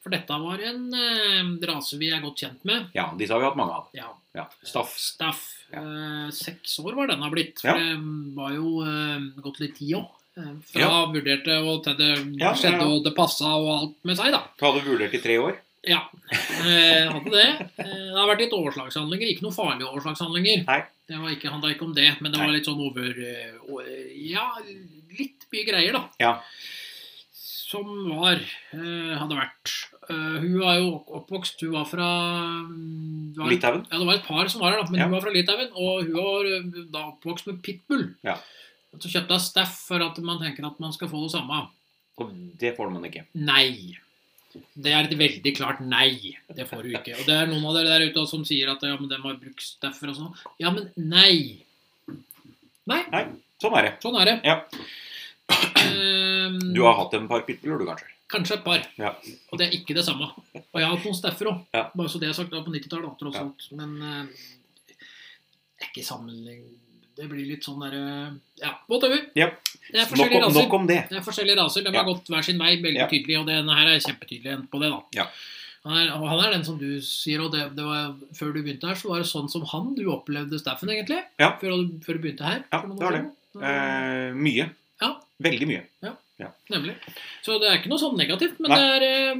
S2: For dette var en eh, rase vi er godt kjent med.
S1: Ja, disse har vi hatt mange av.
S2: Ja,
S1: Ja, Staff.
S2: Staff.
S1: Ja.
S2: Eh, seks år var denne blitt. For
S1: Ja.
S2: det mm, var jo eh, gått litt tid òg. Fra
S1: Ja.
S2: vurderte og til det
S1: Ja, ja,
S2: skjedde
S1: ja.
S2: og det passa og alt med seg, da.
S1: Du hadde vurdert i tre år.
S2: Ja, eh, hadde det. Eh, det har vært litt overslagshandlinger. Ikke noen farlige overslagshandlinger.
S1: Nei.
S2: Det var ikke, handla ikke om det, men det var
S1: Nei.
S2: litt sånn over eh, og- Ja, litt mye greier, da.
S1: Ja.
S2: Som var eh, hadde vært. Eh, hun var jo oppvokst Hun var fra mm, det var-
S1: Litauen.
S2: ja, det var et par som var her, da, men
S1: Ja.
S2: hun var fra Litauen. Og hun var ø, da oppvokst med pitbull.
S1: Ja.
S2: Så kjøpte hun staff for at man tenker at man skal få det samme.
S1: Og det får man ikke.
S2: Nei. Det er et veldig klart nei. Det får du ikke. Og det er noen av dere der ute som sier at ja, men de har brukt staff og sånn. Ja, men nei. Nei.
S1: Sånn er det.
S2: Sånn er det.
S1: Ja.
S2: Ehm,
S1: Du har hatt en par pitbuller, du kanskje?
S2: Kanskje et par.
S1: Ja.
S2: Og det er ikke det samme. Og jeg har hatt noen steffer òg.
S1: Ja.
S2: Bare så det er sagt, da på 90-tallet. da, tross alt. Men eh, det er ikke sammenlign... Det blir litt sånn derre Ja, whatever.
S1: Ja.
S2: Det er
S1: Nok,
S2: forskjellige
S1: om-
S2: raser.
S1: nok om det.
S2: Det er forskjellige raser. De
S1: Ja.
S2: har gått hver sin vei, veldig
S1: Ja.
S2: tydelig. Og denne her er kjempetydelig på det, da.
S1: Ja.
S2: Han er, og han er den som du sier, og det, det var, før du begynte her, så var det sånn som han du opplevde staffen, egentlig.
S1: Ja.
S2: Før, du- før du begynte her.
S1: Ja,
S2: for noen
S1: det
S2: år
S1: var
S2: siden.
S1: Eh, mye.
S2: Ja.
S1: Veldig mye.
S2: Nemlig. Så det er ikke noe sånn negativt, men
S1: Nei.
S2: det er, eh,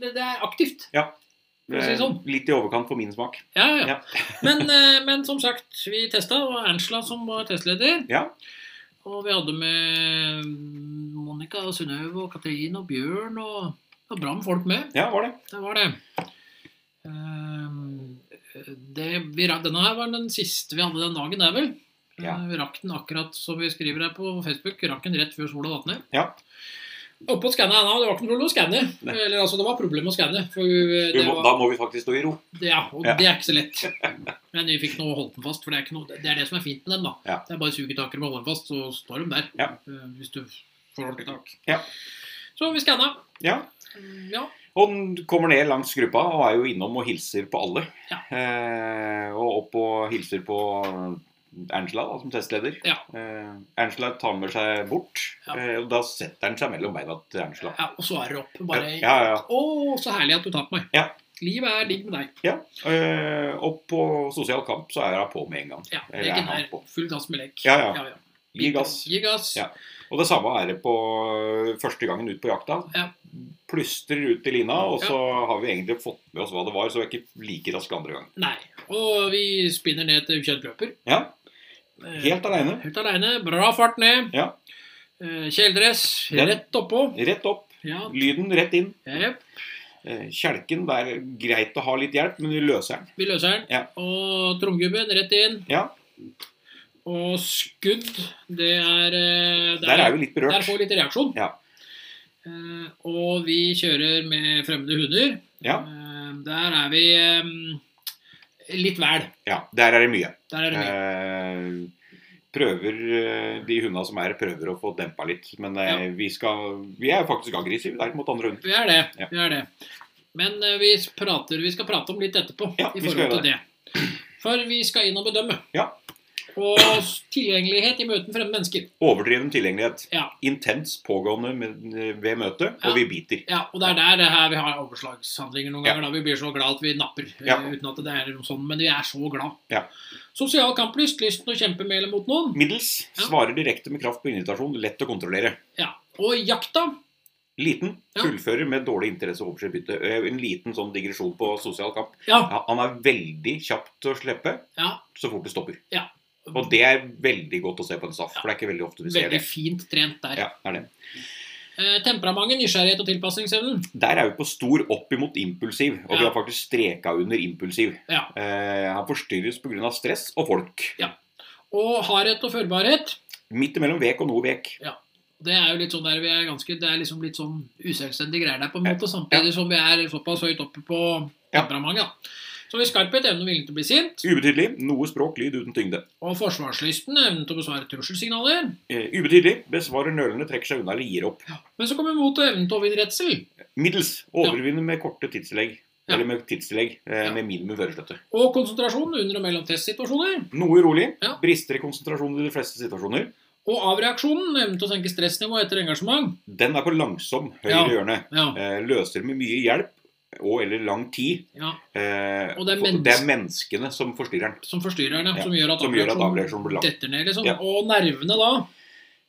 S2: det, det er aktivt. For å si det sånn.
S1: Eh, Litt i overkant for min smak.
S2: Ja, ja.
S1: Ja.
S2: men, eh, men som sagt, vi testa, og Angela som var testleder.
S1: Ja.
S2: Og vi hadde med Monica og Synnøve og Katrin og Bjørn og det var bra med folk med.
S1: Ja, var det.
S2: Det var det. Ehm, det vi, rakk- denne her var den siste vi hadde den dagen, det er vel?
S1: Ja.
S2: Eh, Vi rakk den akkurat som vi skriver her på Facebook. vi Rakk den rett før sola datt ned.
S1: Ja.
S2: Oppå skanna ennå. Det var ikke noe problem å skanne.
S1: Nei.
S2: Eller altså, det var problem å skanne. For eh,
S1: Vi
S2: det
S1: må,
S2: var
S1: da må vi faktisk stå i ro.
S2: ja, og
S1: Ja.
S2: det er ikke så lett. Men vi fikk nå holdt den fast, for det er, ikke noe, det, er det som er fint med dem. da.
S1: Ja.
S2: Det er bare sugetaker med å holde den fast, så står de der.
S1: Ja.
S2: eh, Hvis du får ordentlig tak.
S1: Ja.
S2: Så vi skanna.
S1: Ja.
S2: Ja.
S1: Og den kommer ned langs gruppa og er jo innom og hilser på alle.
S2: Ja.
S1: Eh, og opp og hilser på Angela da, som testleder.
S2: Ja.
S1: Eh, Angela tar med seg bort,
S2: Ja.
S1: eh, og da setter han seg mellom beina til Angela.
S2: ja, Og så er det opp. Bare
S1: ja, ja, ja.
S2: Å, så herlig at du tar på meg.
S1: Ja.
S2: Livet er digg med deg.
S1: Eh, og på sosial kamp så er hun på med en gang.
S2: Ja,
S1: Eller er
S2: leken
S1: han
S2: er
S1: på?
S2: full gass med lek.
S1: Ja, ja. Gi
S2: Gi
S1: gass.
S2: Gi gass.
S1: Ja. Og det samme er det på ø, første gangen ut på jakta.
S2: Ja.
S1: Plystrer ut i lina, og så har vi egentlig fått med oss hva det var, så vi er ikke like raske andre gangen.
S2: Nei. Og vi spinner ned til ukjent løper.
S1: Ja,
S2: Eh,
S1: helt aleine.
S2: Helt aleine. Bra fart ned.
S1: Ja.
S2: Eh, Kjeledress
S1: Den-
S2: rett oppå.
S1: Rett opp.
S2: Ja.
S1: Lyden rett inn.
S2: Jep.
S1: Eh, Kjelken, det er greit å ha litt hjelp, men vi løser den.
S2: Vi løser den.
S1: Ja.
S2: Og tromgubben rett inn.
S1: Ja,
S2: Og skudd, det er eh,
S1: der er vi litt
S2: Der
S1: berørt.
S2: får vi litt reaksjon.
S1: Ja.
S2: Eh, og vi kjører med fremmede hunder.
S1: Ja.
S2: Eh, der er vi eh, litt vel.
S1: Ja, der er det mye.
S2: Der er det mye.
S1: Eh, prøver eh, De hundene som er, prøver å få dempa litt. Men eh, vi skal Vi er faktisk aggressive der mot andre hunder.
S2: Vi er det.
S1: Eh, Ja.
S2: Vi er det. Men eh, vi, prater, vi skal prate om litt etterpå
S1: Ja,
S2: i
S1: vi skal
S2: forhold
S1: gjøre
S2: til det. For vi skal inn og bedømme.
S1: Ja.
S2: Og s- tilgjengelighet i møten fremmede mennesker.
S1: Overdreven tilgjengelighet.
S2: Ja.
S1: Intens pågående med, ved møtet,
S2: Ja.
S1: og vi biter.
S2: Ja, og det er der det her vi har overslagshandlinger noen
S1: Ja.
S2: ganger. da Vi blir så glad at vi napper. eh,
S1: Ja.
S2: Uten at det er noe sånn, men vi er så glad.
S1: Ja.
S2: Sosial kamplyst, lysten å kjempe med eller mot noen.
S1: Middels.
S2: Ja.
S1: Svarer direkte med kraft på invitasjon. Lett å kontrollere.
S2: Ja, Og jakta.
S1: Liten.
S2: Ja.
S1: Fullfører med dårlig interesse og overskytte. En liten sånn digresjon på sosial kamp.
S2: Ja,
S1: Ja, han er veldig kjapp til å slippe
S2: ja
S1: så fort det stopper.
S2: Ja.
S1: Og det er veldig godt å se på en staff, for det er ikke veldig ofte vi ser
S2: veldig
S1: det.
S2: fint trent der.
S1: Ja, det er det.
S2: Eh, temperamentet, nysgjerrighet og tilpasningsevnen.
S1: Der er vi på stor opp imot impulsiv, og vi
S2: Ja.
S1: har faktisk streka under impulsiv.
S2: Ja.
S1: Eh, han forstyrres pga. stress og folk.
S2: Og hardhet og førbarhet.
S1: Midt imellom vek og noe vek.
S2: Det er jo litt sånn der vi er ganske, det er liksom litt sånn uselvstendige greier der, på en måte, samtidig som vi er såpass høyt oppe på
S1: Ja.
S2: temperamentet. da. Så vi skarphet, evnen og viljen til å bli sint,
S1: Ubetydelig. Noe språk, lyd uten tyngde.
S2: og forsvarslysten, evnen til å besvare trusselsignaler.
S1: Eh, ubetydelig. Besvarer nølende, trekker seg unna eller gir opp.
S2: Men så kommer mot og evnen til å vinne redsel,
S1: Middels. Overvinner med korte tidstillegg.
S2: Ja.
S1: Eller med tidstillegg eh,
S2: Ja.
S1: med minimum førerstøtte.
S2: og konsentrasjon under og mellom testsituasjoner,
S1: Noe urolig.
S2: Ja.
S1: Brister i konsentrasjon i de fleste situasjoner.
S2: og avreaksjonen, evnen til å senke stressnivå etter engasjement.
S1: Den er på langsom høyre
S2: Ja.
S1: hjørne.
S2: Ja,
S1: Eh, løser med mye hjelp og eller lang tid.
S2: ja,
S1: Eh,
S2: Og det er
S1: for-
S2: mennesk-
S1: det er menneskene som forstyrrer den.
S2: som forstyrrer den, ja,
S1: Ja,
S2: som gjør at
S1: som gjør at avreaksjonen blir lang.
S2: detter ned, liksom.
S1: Ja.
S2: Og nervene da,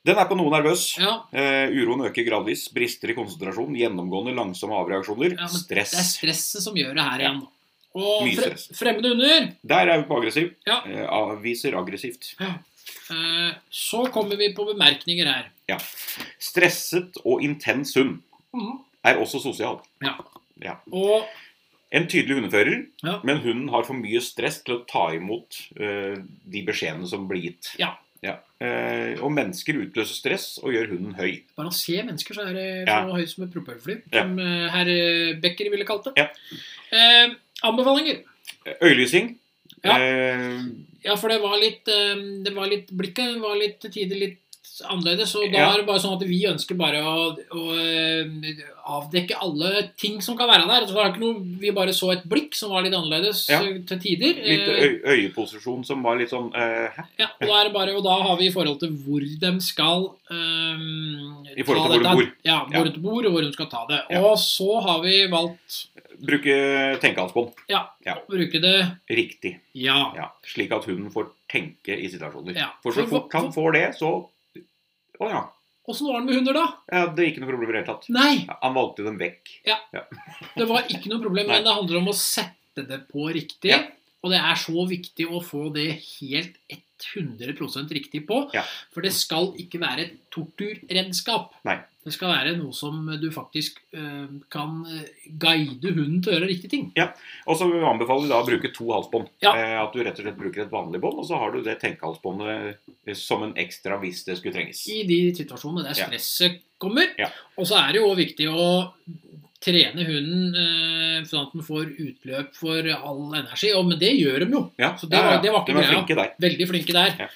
S1: Den er på noe nervøs.
S2: ja,
S1: Eh, uroen øker gradvis. Brister i konsentrasjon. Gjennomgående langsomme avreaksjoner.
S2: Ja, men det er
S1: stress.
S2: stresset som gjør det her
S1: Ja.
S2: igjen. da. Og
S1: Mye
S2: fre
S1: stress.
S2: fremmede under,
S1: Der er vi på aggressiv.
S2: Ja.
S1: Eh, avviser aggressivt.
S2: Eh, Så kommer vi på bemerkninger her.
S1: Stresset og intens hund er også sosial.
S2: Og
S1: En tydelig hundefører,
S2: Ja.
S1: men hunden har for mye stress til å ta imot eh, de beskjedene som blir gitt.
S2: Ja.
S1: Eh, og mennesker utløser stress og gjør hunden høy.
S2: bare å se mennesker, så er det så
S1: Ja.
S2: høyt som et propellfly.
S1: Ja.
S2: Som eh, herr eh, Becker ville kalt det.
S1: Ja.
S2: Eh, anbefalinger.
S1: Øyelysing.
S2: Ja.
S1: Eh,
S2: Ja, for det var litt, eh, det var litt Blikket var litt til tider litt annerledes. Og da
S1: Ja.
S2: er det bare sånn at vi ønsker bare å, å eh, avdekke alle ting som kan være der. Så det er ikke noe, vi bare så et blikk som var litt annerledes
S1: Ja.
S2: eh, til tider.
S1: litt
S2: Eh,
S1: øy øyeposisjon som var litt sånn eh, hæ?
S2: Ja, og da, er det bare, og da har vi i forhold til hvor de skal ehm,
S1: I forhold til
S2: ta
S1: hvor de
S2: dette. Ja, hvor de bor, og hvor de skal ta det.
S1: Ja.
S2: Og så har vi valgt
S1: Bruke tenkehalsbånd.
S2: å bruke det
S1: Riktig.
S2: ja.
S1: Ja. Slik at hunden får tenke i situasjoner.
S2: ja.
S1: For så fort han får det, så Å ja.
S2: Åssen var det med hunder, da?
S1: ja. Det er ikke noe problem i det hele tatt.
S2: Nei,
S1: Ja, han valgte dem vekk.
S2: det var ikke noe problem.
S1: Nei.
S2: Men det handler om å sette det på riktig.
S1: Ja.
S2: Og det er så viktig å få det helt 100 riktig på.
S1: Ja.
S2: For det skal ikke være et torturredskap.
S1: Nei.
S2: Det skal være noe som du faktisk eh, kan eh, guide hunden til å gjøre riktige ting.
S1: Og så anbefaler vi da å bruke to halsbånd.
S2: Ja.
S1: Eh, at du rett og slett bruker et vanlig bånd, og så har du det tenkehalsbåndet eh, som en ekstra hvis det skulle trenges.
S2: i de situasjonene der
S1: Ja.
S2: stresset kommer.
S1: Ja.
S2: Og så er det jo også viktig å trene hunden eh, sånn at den får utløp for all energi. Og, men det gjør de jo.
S1: Ja,
S2: Så det var- det var ikke
S1: de er
S2: greia.
S1: flinke der.
S2: Veldig flinke der.
S1: Ja.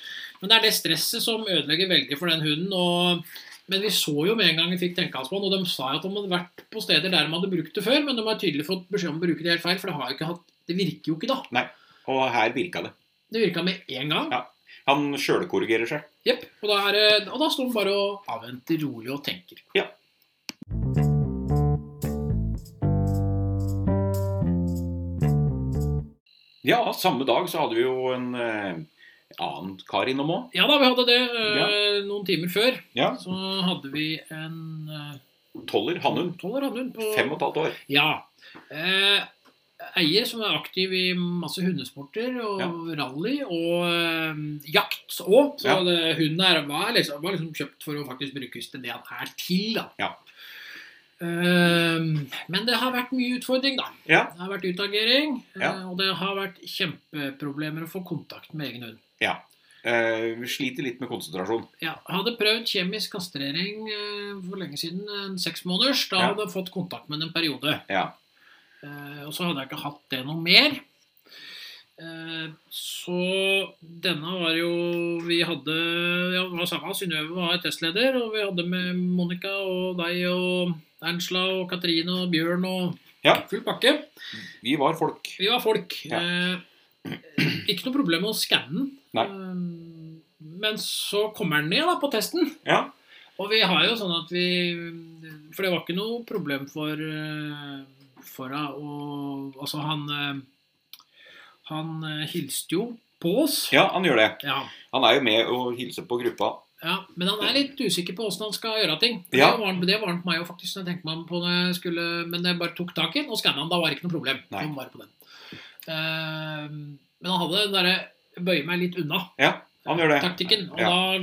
S2: Men det er det stresset som ødelegger veldig for den hunden. Og, men vi så jo med en gang vi fikk tenkehalsbånd, og de sa jo at de hadde vært på steder der de hadde brukt det før, men de har tydelig fått beskjed om å bruke det helt feil, for det, har jo ikke hatt, det virker jo ikke da.
S1: Og her virka det.
S2: Det virka med en gang.
S1: Ja. Han sjølkorrigerer seg.
S2: Jepp. Og, da er det- og da står han bare og avventer rolig og tenker.
S1: Ja. Ja, samme dag så hadde vi jo en eh, annen kar innom òg.
S2: Ja da, vi hadde det eh, noen timer før.
S1: Ja.
S2: Så hadde vi en eh,
S1: Toller Hannum.
S2: tolver hadde hun på
S1: Fem og et halvt år.
S2: Ja. Eh, eier som er aktiv i masse hundesporter og rally og eh, jakt òg. Så
S1: Ja.
S2: det, hunden her var liksom, var liksom kjøpt for å faktisk brukes til det han er til, da.
S1: Ja.
S2: Eh, men det har vært mye utfordring, da.
S1: Ja.
S2: Det har vært utagering, eh,
S1: Ja.
S2: og det har vært kjempeproblemer å få kontakt med egen hund.
S1: Eh, vi sliter litt med konsentrasjon.
S2: Ja, hadde prøvd kjemisk kastrering eh, for lenge siden, en seks måneders. Da
S1: Ja.
S2: hadde jeg fått kontakt med den en periode.
S1: Ja.
S2: Eh, og så hadde jeg ikke hatt det noe mer. Eh, så denne var jo Vi hadde ja, det var samme, Synnøve var testleder, og vi hadde med Monica og deg og Ernstla og Katrine og Bjørn og
S1: Ja.
S2: full pakke.
S1: Vi var folk.
S2: Vi var folk.
S1: Ja.
S2: Eh, ikke noe problem med å skanne den.
S1: Nei.
S2: Eh, Men så kommer den ned da, på testen.
S1: Ja.
S2: Og vi har jo sånn at vi For det var ikke noe problem for eh, For henne å Altså, han eh, Han eh, hilste jo på oss.
S1: ja, han gjør det.
S2: ja.
S1: Han er jo med og hilser på gruppa.
S2: Ja, Men han er litt usikker på åssen han skal gjøre ting.
S1: Ja.
S2: Det var han- det var han på meg òg, faktisk. når jeg tenkte meg om på når jeg skulle, Men jeg bare tok tak i den og skanna den. Da var det ikke noe problem.
S1: Nei.
S2: Han var på den. Eh, men han hadde den derre bøye meg litt unna
S1: Ja, han gjør det.
S2: taktikken. Og
S1: Ja.
S2: da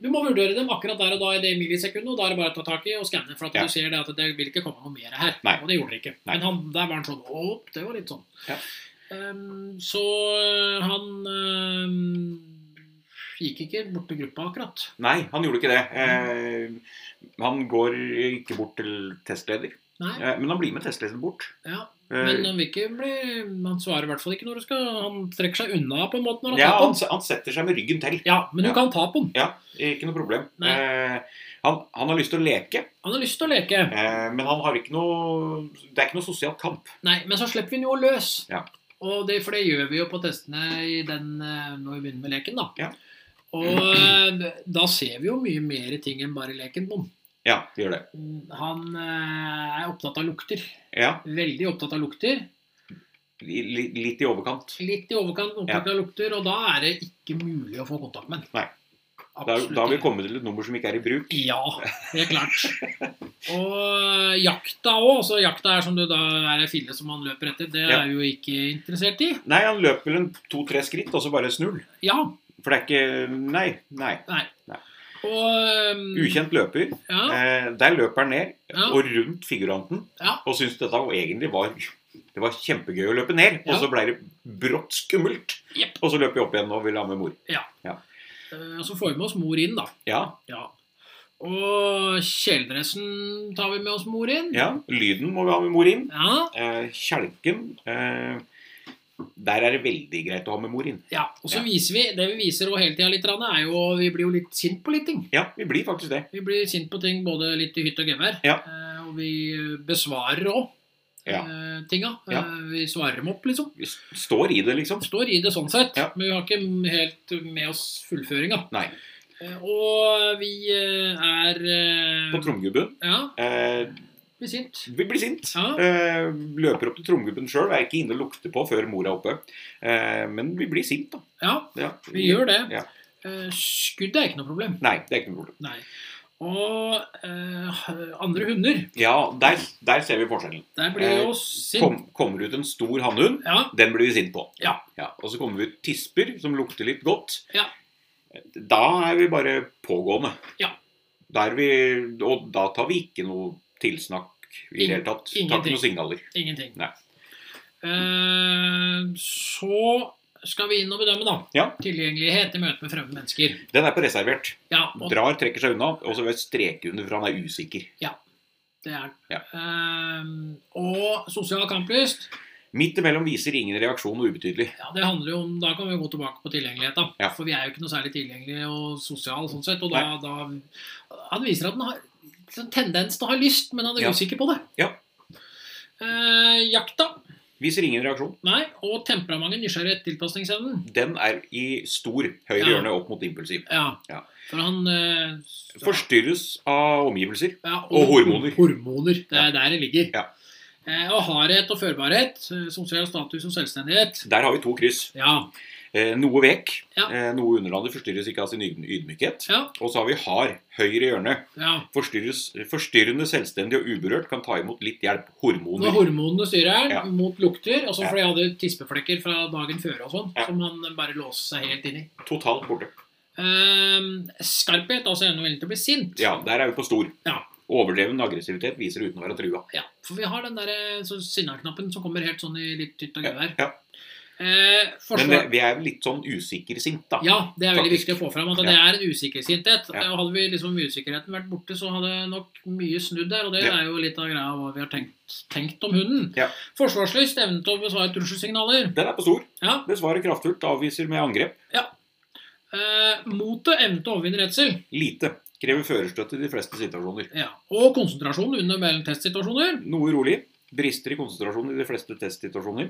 S2: Du må vurdere dem akkurat der og da i det millisekundet, og da er det bare å ta tak i og skanne. For at
S1: Ja.
S2: du ser det at det vil ikke komme noe mer her.
S1: Nei.
S2: Og det gjorde det ikke.
S1: Nei.
S2: Men han, der var han sånn opp, det var litt sånn.
S1: Ja.
S2: Ehm, så øh, han øhm, gikk ikke bort til gruppa akkurat.
S1: Nei, han gjorde ikke det. Eh, han går ikke bort til testleder.
S2: Nei.
S1: Eh, men han blir med testlederen bort.
S2: Ja,
S1: Eh,
S2: Men han vil ikke bli Han svarer i hvert fall ikke når du skal Han trekker seg unna på en måte når han
S1: ja,
S2: tar på
S1: han,
S2: den.
S1: han setter seg med ryggen til.
S2: Ja, men du
S1: Ja.
S2: kan ta på den.
S1: Ja, ikke noe problem.
S2: Nei.
S1: Eh, han, han har lyst til å leke,
S2: Han har lyst til å leke.
S1: eh, men han har ikke noe Det er ikke noe sosial kamp.
S2: Nei, men så slipper vi den jo løs.
S1: Ja.
S2: Og det, for det gjør vi jo på testene i den, eh, når vi begynner med leken, da.
S1: Ja.
S2: Og eh, da ser vi jo mye mer ting enn bare leken på den.
S1: Ja, det gjør det.
S2: Han eh, er opptatt av lukter.
S1: Ja,
S2: Veldig opptatt av lukter.
S1: li, li- litt i overkant.
S2: Litt i overkant opptatt av lukter, og da er det ikke mulig å få kontakt med den.
S1: Nei. Da,
S2: Absolutt
S1: da har vi
S2: ikke.
S1: kommet til et nummer som ikke er i bruk.
S2: Ja, helt klart. Og eh, jakta òg. Så jakta er som du da er ei fille som han løper etter. Det
S1: Ja.
S2: er vi jo ikke interessert i.
S1: Nei, han løper vel en to-tre skritt, og så bare snur. han.
S2: Ja.
S1: For det er ikke Nei. nei.
S2: Nei.
S1: Nei.
S2: Og um,
S1: Ukjent løper.
S2: Ja,
S1: Eh, der løper han ned
S2: Ja.
S1: og rundt figuranten
S2: Ja.
S1: og syntes dette var egentlig var det var kjempegøy å løpe ned.
S2: Ja.
S1: Og så ble det brått skummelt.
S2: Jepp.
S1: Og så løp jeg opp igjen og ville ha med mor.
S2: eh, og så får vi med oss mor inn, da.
S1: Ja,
S2: Ja. Og kjeledressen tar vi med oss mor inn.
S1: ja. Lyden må vi ha med mor inn.
S2: Ja,
S1: Eh, kjelken eh, Der er det veldig greit å ha med mor inn.
S2: ja. Og så
S1: Ja.
S2: viser vi Det vi viser også hele tida litt, Rane, er jo Vi blir jo litt sint på litt ting.
S1: Ja, vi blir faktisk det.
S2: Vi blir sint på ting både litt i hytt og gevær.
S1: Ja.
S2: Eh, og vi besvarer òg
S1: Ja.
S2: eh, tinga.
S1: Ja.
S2: Eh, vi svarer dem opp, liksom.
S1: Vi s- står i det, liksom.
S2: Står i det sånn sett,
S1: Ja.
S2: men vi har ikke helt med oss fullføringa.
S1: Nei.
S2: Eh, og vi eh, er eh,
S1: På tromgubben.
S2: Ja,
S1: Eh,
S2: vi er sint.
S1: vi blir sint.
S2: Ja.
S1: Eh, løper opp til tromgubben sjøl. Er ikke inne og lukter på før mor er oppe. Eh, men vi blir sint, da.
S2: Ja,
S1: Ja.
S2: vi gjør det.
S1: Ja.
S2: Eh, skudd er ikke noe problem.
S1: Nei, det er ikke noe problem.
S2: Nei. Og eh, andre hunder,
S1: Ja, der, der ser vi forskjellen.
S2: der blir det
S1: Eh,
S2: jo sint.
S1: Kom, kommer ut en stor hannhund,
S2: Ja,
S1: den blir vi sint på.
S2: Ja.
S1: Og så kommer vi ut tisper som lukter litt godt.
S2: Ja.
S1: Da er vi bare pågående.
S2: Ja.
S1: Da er vi, og da tar vi ikke noe tilsnakk i det hele tatt. Tar
S2: ingenting.
S1: ikke noen signaler.
S2: ingenting.
S1: Nei.
S2: Eh, så skal vi inn og bedømme, da.
S1: Ja.
S2: Tilgjengelighet i møte med fremmede mennesker.
S1: Den er på reservert.
S2: Ja, og
S1: Drar, trekker seg unna, og så vil jeg streke under for han er usikker.
S2: det er den.
S1: Ja.
S2: Eh, og sosial kamplyst.
S1: Midt imellom viser ingen reaksjon og ubetydelig.
S2: Ja, det handler jo om, Da kan vi jo gå tilbake på tilgjengelighet. da.
S1: Ja.
S2: For vi er jo ikke noe særlig tilgjengelige og sosiale. sånn sett, og da, da Han viser at han har en tendens til å ha lyst, men han er
S1: Ja.
S2: usikker på det.
S1: Ja.
S2: Eh, jakta.
S1: Viser ingen reaksjon.
S2: Nei. Og temperamentet, nysgjerrighet, tilpasningsevnen.
S1: Den er i stor høyre
S2: Ja.
S1: hjørne opp mot impulsiv.
S2: Ja.
S1: Ja.
S2: For han eh,
S1: Forstyrres av omgivelser.
S2: ja,
S1: og hormoner.
S2: Hormoner, Det
S1: Ja.
S2: er der det ligger.
S1: Ja.
S2: Eh, og hardhet og førbarhet. eh, Sosial status og selvstendighet.
S1: Der har vi to kryss.
S2: Ja.
S1: Eh, noe vek,
S2: Ja.
S1: eh, noe underlandet forstyrres ikke av sin ydm- ydmykhet.
S2: Ja.
S1: Og så har vi hard, høyre hjørne.
S2: ja.
S1: Forstyrres, forstyrrende, selvstendig og uberørt kan ta imot litt hjelp.
S2: Når
S1: Hormoner.
S2: hormonene styrer den
S1: Ja.
S2: mot lukter, altså
S1: Ja.
S2: for jeg hadde tispeflekker fra dagen før og sånn,
S1: Ja.
S2: som han bare låste seg helt inn i.
S1: Totalt borte.
S2: Ehm, skarphet, altså evnen og viljen til å bli sint.
S1: Ja, der er vi på stor.
S2: Ja.
S1: Overdreven aggressivitet viser uten å være trua.
S2: Ja, for vi har den der så sinna-knappen som kommer helt sånn i litt tytt og gevær.
S1: Ja.
S2: Eh,
S1: Men vi,
S2: forsvar...
S1: vi er litt sånn usikker sint, da.
S2: Ja, det er veldig
S1: Faktisk.
S2: viktig å få fram at det er en usikker sinthet.
S1: Ja.
S2: Og Hadde vi liksom usikkerheten vært borte, så hadde nok mye snudd der. Og det
S1: Ja.
S2: er jo litt av greia hva vi har tenkt, tenkt om hunden.
S1: Ja.
S2: Forsvarslyst, evnen til å besvare trusselsignaler.
S1: Den er på stor.
S2: Ja.
S1: Besvarer kraftfullt, avviser med angrep.
S2: Eh, motet, evnen til å overvinne redsel.
S1: Lite. Krever førerstøtte i de fleste situasjoner.
S2: Ja. Og konsentrasjon under mellomtestsituasjoner.
S1: Noe rolig. Brister i konsentrasjon i de fleste testsituasjoner.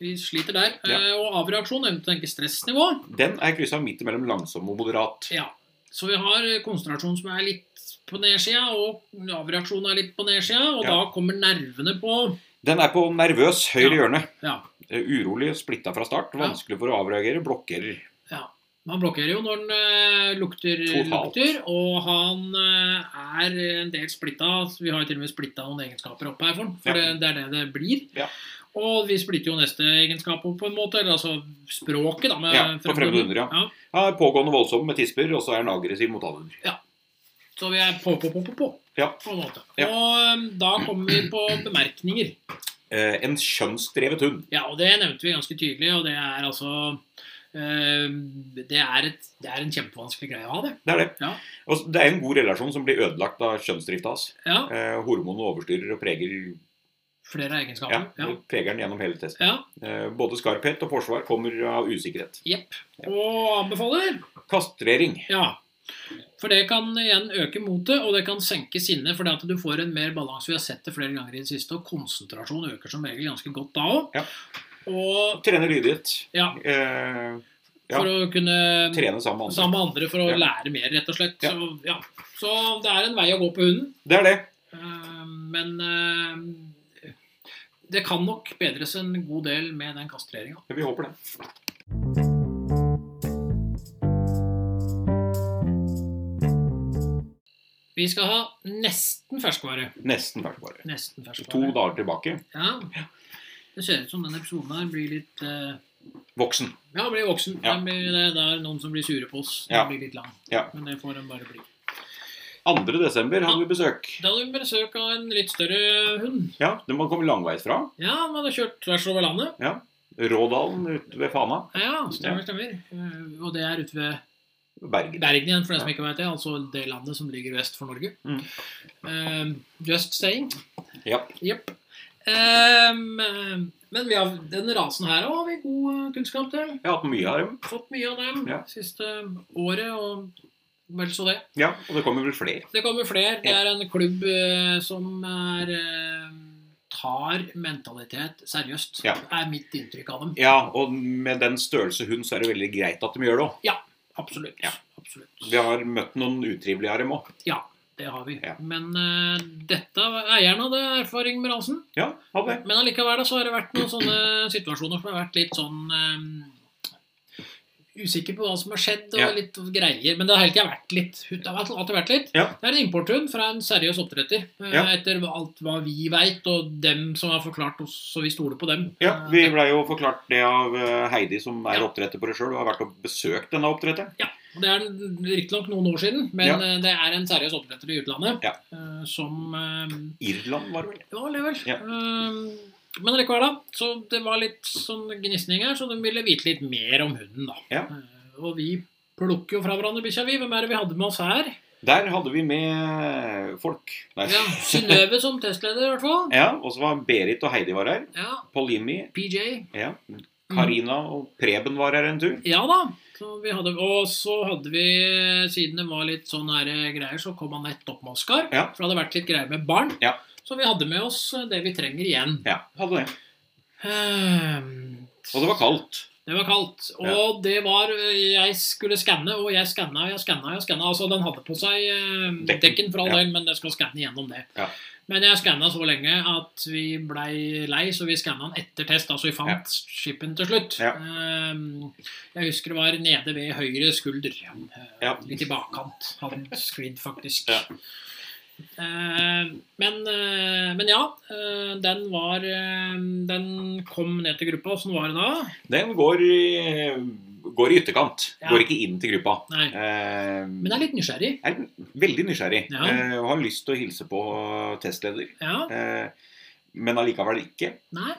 S2: Vi sliter der.
S1: Ja.
S2: Eh, Og avreaksjon, eventuelt tenke stressnivå.
S1: Den er kryssa midt mellom langsom og moderat.
S2: Ja. Så vi har konsentrasjon som er litt på nedsida, og avreaksjon er litt på nedsida, og
S1: Ja.
S2: da kommer nervene på.
S1: Den er på nervøs høyre
S2: Ja.
S1: hjørne.
S2: Ja.
S1: Eh, Urolig, splitta fra start,
S2: Ja.
S1: vanskelig for å avreagere, blokkerer.
S2: Han blokkerer jo når han eh, lukter,
S1: Totalt.
S2: lukter, og han eh, er en del splitta. Vi har jo til og med splitta noen egenskaper opp her for han, for
S1: Ja.
S2: det, det er det det blir.
S1: Ja.
S2: Og vi splitter jo neste egenskap opp på en måte, eller altså språket, da. Med
S1: Ja, på fremmedhunder, ja.
S2: ja.
S1: Ja, er pågående voldsom med tisper, og så er den aggressiv mot avhunder.
S2: Så vi er på, på, på, på, på.
S1: Ja.
S2: på en måte.
S1: Ja.
S2: Og eh, da kommer vi på bemerkninger.
S1: Eh, en kjønnsdrevet hund.
S2: Ja, og det nevnte vi ganske tydelig, og det er altså eh, det, er et, det er en kjempevanskelig greie å ha, det.
S1: Det er det.
S2: Ja.
S1: Og det er en god relasjon som blir ødelagt av kjønnsdrifta hans.
S2: Ja,
S1: Eh, hormonene overstyrer og preger,
S2: Flere
S1: ja,
S2: egenskaper. Ja.
S1: preger den gjennom hele testen.
S2: ja.
S1: Eh, både skarphet og forsvar kommer av usikkerhet.
S2: Og anbefaler.
S1: Kastrering.
S2: Ja. For det kan igjen øke motet, og det kan senke sinnet. Fordi at du får en mer balanse. Vi har sett det flere ganger i det siste, og konsentrasjon øker som regel ganske godt da òg.
S1: Ja.
S2: Og
S1: Trene lydighet.
S2: Ja.
S1: Eh, Ja.
S2: for å kunne
S1: trene sammen med andre.
S2: sammen med andre for å
S1: Ja.
S2: lære mer, rett og slett.
S1: Ja.
S2: Så, ja. Så det er en vei å gå på hunden.
S1: Det er det.
S2: Eh, Men eh, det kan nok bedres en god del med den kastreringa.
S1: Vi håper det.
S2: Vi skal ha nesten ferskvare.
S1: Nesten ferdig bare.
S2: Nesten
S1: To
S2: ferskvare.
S1: dager tilbake.
S2: Ja. Det ser ut som denne episoden her blir litt eh,
S1: Voksen.
S2: Ja, blir voksen.
S1: Ja.
S2: Den blir, det det er noen som blir sure på oss. Den
S1: Ja.
S2: blir litt lang.
S1: Ja.
S2: Men det får den bare bli.
S1: 2. desember hadde vi besøk.
S2: Da hadde vi besøk av en litt større hund.
S1: Ja, Den var kommet langveis fra.
S2: Ja, han hadde kjørt tvers over landet.
S1: Rådalen ute ved Fana.
S2: Ja, stemmer, stemmer. Eh, Og det er ute ved
S1: Bergen.
S2: Bergen igjen, for den som ikke vet det. Altså det landet som ligger vest for Norge.
S1: Mm.
S2: Ehm, just saying.
S1: Ja.
S2: Jepp. Ehm, ehm, men vi har, den rasen her også har vi god eh, kunnskap til.
S1: Jeg har hatt mye av dem.
S2: Fått mye av dem
S1: Ja.
S2: siste året, og vel så det.
S1: Ja, Og det kommer vel flere.
S2: Det kommer flere. Det er en klubb eh, som er eh, tar mentalitet seriøst.
S1: Ja.
S2: er mitt inntrykk av dem.
S1: Ja, og med den størrelse hund, så er det veldig greit at de gjør det òg.
S2: Absolutt.
S1: Ja.
S2: Absolutt.
S1: Vi har møtt noen utrivelige av dem òg.
S2: Det har vi.
S1: Ja.
S2: Men eh, dette, eieren hadde erfaring med rasen.
S1: Ja, hadde det.
S2: Men allikevel da, så har det vært noen sånne situasjoner som har vært litt sånn eh, Usikker på hva som har skjedd, og
S1: Ja.
S2: litt greier. Men det har hele tida vært litt. Det har alltid vært litt.
S1: Ja.
S2: Det er en importhund fra en seriøs oppdretter. eh,
S1: Ja.
S2: Etter alt hva vi veit, og dem som har forklart oss, så vi stoler på dem.
S1: Ja,
S2: Eh,
S1: Vi blei jo forklart det av eh, Heidi, som er
S2: Ja.
S1: oppdretter på det sjøl, og har vært og besøkt denne oppdretteren.
S2: Og Det er riktignok noen år siden, men
S1: Ja.
S2: eh, det er en seriøs oppdretter i utlandet
S1: Ja.
S2: eh, som eh,
S1: Irland, var det vel?
S2: Det var det vel.
S1: Ja.
S2: Ehm, men likevel, da. Så det var litt sånn gnisning her, så de ville vite litt mer om hunden, da.
S1: Ja.
S2: Ehm, og vi plukker jo fra hverandre bikkja, vi. Hvem er det vi hadde med oss her?
S1: Der hadde vi med folk. Nei.
S2: Ja, Synnøve som testleder, i hvert fall.
S1: Ja, og så var Berit og Heidi var her.
S2: Ja,
S1: Polimi,
S2: PJ.
S1: ja.
S2: Mm.
S1: Karina og Preben var her en tur.
S2: Ja da. Så vi hadde, og så hadde vi, siden det var litt sånn her eh, greier, så kom han nett opp med Oskar.
S1: Ja.
S2: For det hadde vært litt greier med barn.
S1: Ja.
S2: Så vi hadde med oss eh, det vi trenger igjen.
S1: Ja, hadde det.
S2: Ehm,
S1: Og det var kaldt.
S2: Det var kaldt. Og det var øh, Jeg skulle skanne, og jeg skanna og jeg skanna. Jeg skanna. Altså, den hadde på seg øh,
S1: Dekken.
S2: dekken, for all
S1: Ja.
S2: del, men jeg skal skanne gjennom det.
S1: Ja.
S2: Men jeg skanna så lenge at vi blei lei, så vi skanna den etter test. Altså, vi fant
S1: Ja.
S2: skipen til slutt.
S1: Ja.
S2: Ehm, jeg husker det var nede ved høyre skulder. Eh,
S1: Ja.
S2: Litt i bakkant. Han sklidd, faktisk.
S1: Ja.
S2: Eh, men, eh, men ja, eh, den var eh, Den kom ned til gruppa. Åssen var det da?
S1: Den går i, går i ytterkant.
S2: Ja.
S1: Går ikke inn til gruppa.
S2: Nei.
S1: Eh,
S2: Men jeg er litt nysgjerrig.
S1: er veldig nysgjerrig
S2: Ja.
S1: eh, og har lyst til å hilse på testleder.
S2: Ja,
S1: Eh, men allikevel ikke.
S2: nei,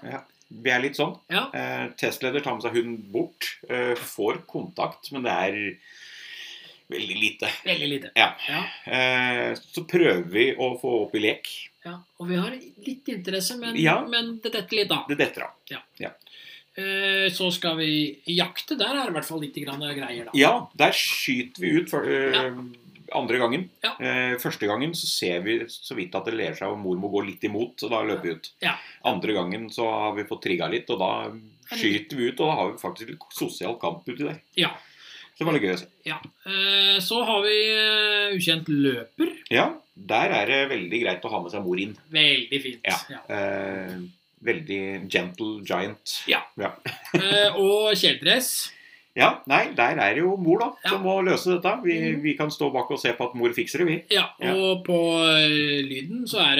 S1: Vi er litt sånn.
S2: ja.
S1: Eh, testleder tar med seg hunden bort. Eh, får kontakt, men det er veldig lite.
S2: Veldig lite.
S1: Ja.
S2: Ja.
S1: Eh, så prøver vi å få opp i lek.
S2: Ja, og vi har litt interesse, men,
S1: Ja.
S2: men det detter litt av.
S1: Det detter av.
S2: Eh, Så skal vi jakte. Der er det i hvert fall litt grann greier, da.
S1: Ja, der skyter vi ut for, eh, andre gangen.
S2: Ja.
S1: Eh, første gangen så ser vi så vidt at det ler seg, og mormor går litt imot, og da løper vi ut.
S2: Ja.
S1: Andre gangen så har vi fått trigga litt, og da skyter vi ut, og da har vi faktisk litt sosial kamp uti der.
S2: Ja.
S1: Så det var litt gøy å se.
S2: Eh, Så har vi eh, ukjent løper.
S1: Ja, der er det veldig greit å ha med seg mor inn.
S2: Veldig fint.
S1: Ja. Eh, veldig gentle giant.
S2: Eh, Og kjeledress.
S1: Ja, nei, der er det jo mor, da, som må løse dette. Vi,
S2: Mhm.
S1: vi kan stå bak og se på at mor fikser det, vi.
S2: Ja,
S1: Ja.
S2: og på eh, lyden så er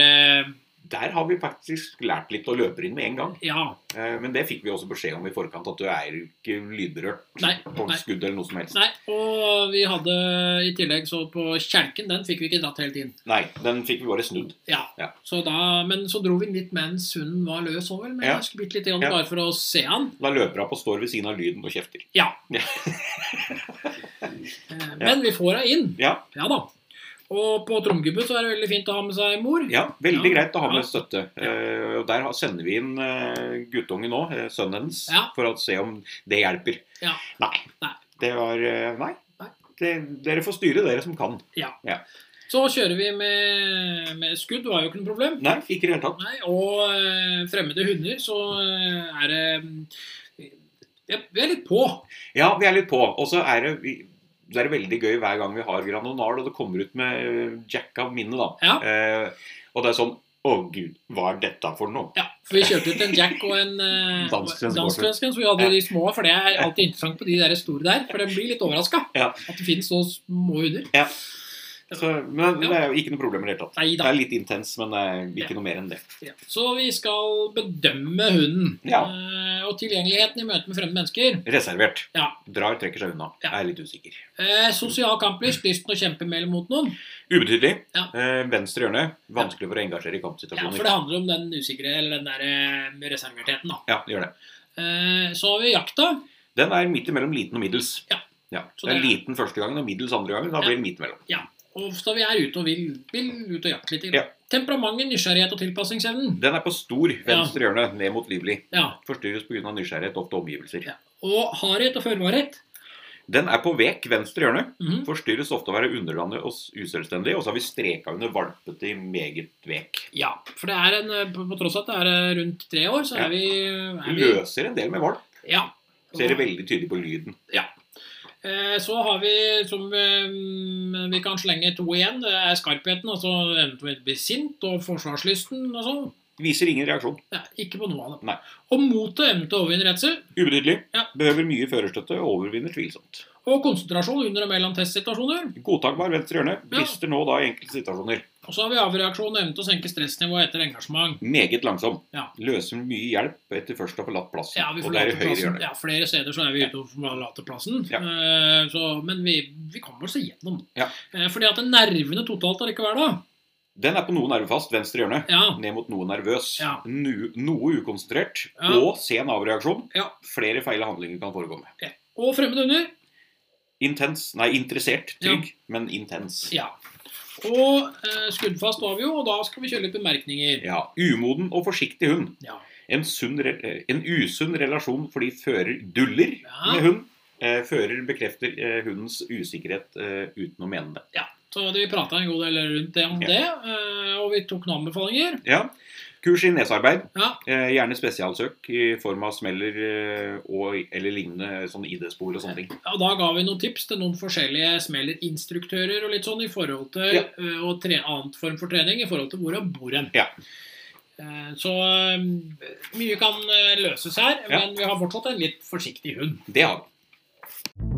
S2: det
S1: Der har vi faktisk lært litt å løpe inn med en gang.
S2: Ja.
S1: Eh, Men det fikk vi også beskjed om i forkant, at du er jo ikke lydberørt
S2: Nei.
S1: på
S2: nei.
S1: skudd eller noe som helst.
S2: Nei, og vi hadde i tillegg så på kjelken, den fikk vi ikke dratt helt inn.
S1: Nei, den fikk vi bare snudd.
S2: Ja,
S1: Ja.
S2: Så da, Men så dro vi den litt mens hunden var løs òg, vel. Men
S1: Ja.
S2: ganske bitte lite grann,
S1: Ja.
S2: bare for å se han.
S1: Da løper hun på står ved siden av lyden og kjefter.
S2: Eh, Men vi får henne inn.
S1: Ja,
S2: Ja da. Og på tromgubbe så er det veldig fint å ha med seg mor.
S1: ja veldig
S2: Ja,
S1: greit å ha med
S2: ja.
S1: støtte. Eh, Og der har- sender vi inn eh, guttungen nå, eh, sønnen hennes,
S2: Ja.
S1: for å se om det hjelper.
S2: Ja.
S1: Nei.
S2: Nei.
S1: Det var eh, Nei.
S2: Nei.
S1: Det, dere får styre, dere som kan.
S2: Så kjører vi med, med skudd, det var jo ikke noe problem.
S1: Nei, ikke i det hele tatt.
S2: Nei, og eh, fremmede hunder, så eh, er det ja, Vi er litt på.
S1: Ja, vi er litt på. Og så er det, vi- så er det veldig gøy hver gang vi har Granonal, og det kommer ut med eh, Jack av minnet, da.
S2: Ja.
S1: Eh, og det er sånn Å, gud, hva er dette for noe?
S2: Ja, for Vi kjørte ut en Jack og en eh,
S1: Dansk
S2: dansk
S1: grense-
S2: grense, så vi hadde de små. For det er alltid interessant på de der store der, for den blir litt overraska.
S1: Ja.
S2: At det finnes så små hunder.
S1: Så, men det er jo ikke noe problem i det hele tatt.
S2: Nei
S1: Det
S2: da.
S1: er litt intens, men det er ikke noe mer enn det.
S2: Ja. Så vi skal bedømme hunden.
S1: Ja.
S2: Eh, og tilgjengeligheten i møte med fremmede mennesker.
S1: Reservert.
S2: Ja.
S1: Drar, trekker seg unna.
S2: Ja.
S1: Er litt usikker.
S2: Eh, sosial kamplyst, lysten å kjempe med eller mot noen.
S1: Ubetydelig.
S2: Ja.
S1: Eh, venstre hjørne. Vanskelig for å engasjere i
S2: Ja, For
S1: kampsituasjoner.
S2: det handler om den usikre, eller den der eh, reservertheten, da.
S1: Ja, det gjør det.
S2: Eh, så har vi jakta.
S1: Den er midt imellom liten og middels.
S2: Ja. Så
S1: Det er
S2: det er-
S1: liten første gangen og middels andre gangen. Da
S2: Ja.
S1: blir det midt imellom.
S2: Ofte vi er ute og vil, vil ut og jakte litt.
S1: Ja.
S2: Temperamentet, nysgjerrighet og tilpasningsevnen.
S1: Den er på stor venstre hjørne, ned mot livlig.
S2: Ja.
S1: Forstyrres pga. nysgjerrighet, ofte omgivelser.
S2: Ja. Og hardhet og førvarhet.
S1: Den er på vek venstre hjørne.
S2: Mhm.
S1: Forstyrres ofte av å være underlandet og s- uselvstendig. Og så har vi streka under valpete i meget vek.
S2: Ja. For det er en, eh, på, på tross av at det er eh, rundt tre år, så
S1: Ja.
S2: er vi,
S1: Du
S2: er vi
S1: løser en del med valp.
S2: Ja.
S1: Ser det veldig tydelig på lyden.
S2: Eh, Så har vi, som eh, vi kan slenge to igjen, det er skarpheten, altså eventuelt bli sint, og forsvarslysten og sånn.
S1: Viser ingen reaksjon.
S2: Ja, ikke på noe av det.
S1: Nei.
S2: Og motet, evnen til å overvinne redsel,
S1: Ubetydelig.
S2: Ja.
S1: Behøver mye førerstøtte. Overvinner tvilsomt.
S2: og konsentrasjon under og mellom testsituasjoner.
S1: Godtakbar venstre hjørne.
S2: Ja.
S1: Brister nå da i enkelte situasjoner.
S2: Og så har vi avreaksjon, evnen til å senke stressnivået etter engasjement.
S1: Meget langsom.
S2: Ja.
S1: Løser mye hjelp etter først å ha forlatt plassen.
S2: Ja, vi
S1: og det er i
S2: forlater
S1: høyre
S2: plassen.
S1: hjørne.
S2: Ja, flere steder så er vi ute og forlater plassen.
S1: Ja.
S2: Eh, Så, men vi, vi kommer oss igjennom.
S1: Ja.
S2: Eh, Fordi at nervene totalt allikevel, da.
S1: Den er på noe nervefast venstre hjørne.
S2: Ja,
S1: Ned mot noe nervøs.
S2: Ja.
S1: Nu, noe ukonsentrert.
S2: Ja.
S1: Og sen avreaksjon.
S2: Ja.
S1: Flere feil handlinger kan foregå med.
S2: Og fremmede hunder.
S1: Intens, nei, interessert. Trygg, men intens.
S2: Ja. Og eh, skuddfast var vi jo, og da skal vi kjøre litt bemerkninger.
S1: Ja, Umoden og forsiktig hund.
S2: Ja.
S1: En, sunn, re- eh, en usunn relasjon fordi fører duller
S2: Ja.
S1: med hund. Eh, fører bekrefter eh, hundens usikkerhet eh, uten å mene det.
S2: Så hadde vi prata en god del rundt det om
S1: Ja.
S2: det, eh, og vi tok noen anbefalinger.
S1: Ja. Kurs i nesarbeid.
S2: Ja.
S1: Eh, gjerne spesialsøk i form av smeller eh, og, eller lignende sånn ID-spor og sånne ting.
S2: Ja, og da ga vi noen tips til noen forskjellige smellinstruktører og litt sånn i forhold til
S1: Ja.
S2: eh, og tre, annet form for trening i forhold til hvor han bor hen.
S1: Ja.
S2: Eh, Så eh, mye kan eh, løses her,
S1: Ja.
S2: men vi har fortsatt en litt forsiktig hund.
S1: Det har vi.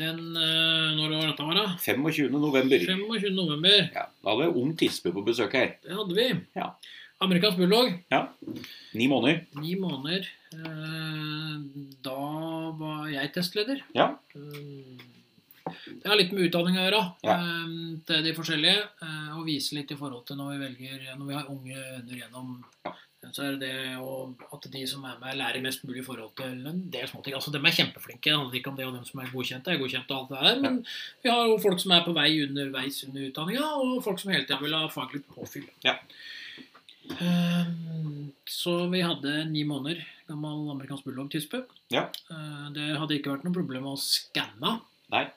S2: Den eh, Når var dette, var da?
S1: 25. november.
S2: 25. november.
S1: Ja, da hadde jeg ung tispe på besøk her.
S2: Det hadde vi.
S1: Ja.
S2: Amerikansk bulldog.
S1: Ni måneder.
S2: Ni måneder. Eh, Da var jeg testleder.
S1: Ja.
S2: Eh, Det har litt med utdanning å gjøre.
S1: Ja.
S2: eh, Til de forskjellige. eh, Og vise litt i forhold til når vi velger Når vi har unge hunder gjennom
S1: Ja.
S2: så er det det å- at de som er med, lærer mest mulig i forhold til en del småting. Altså, dem er kjempeflinke. Det handler ikke om det og dem som er godkjente. er godkjente og alt det der, Men vi har jo folk som er på vei underveis under utdanninga, og folk som hele tida vil ha faglig påfyll.
S1: Ja.
S2: Ehm, Så vi hadde en ni måneder gammel amerikansk bulldog-tispe.
S1: Ja.
S2: Eh, Det hadde ikke vært noe problem å skanne.
S1: Nei.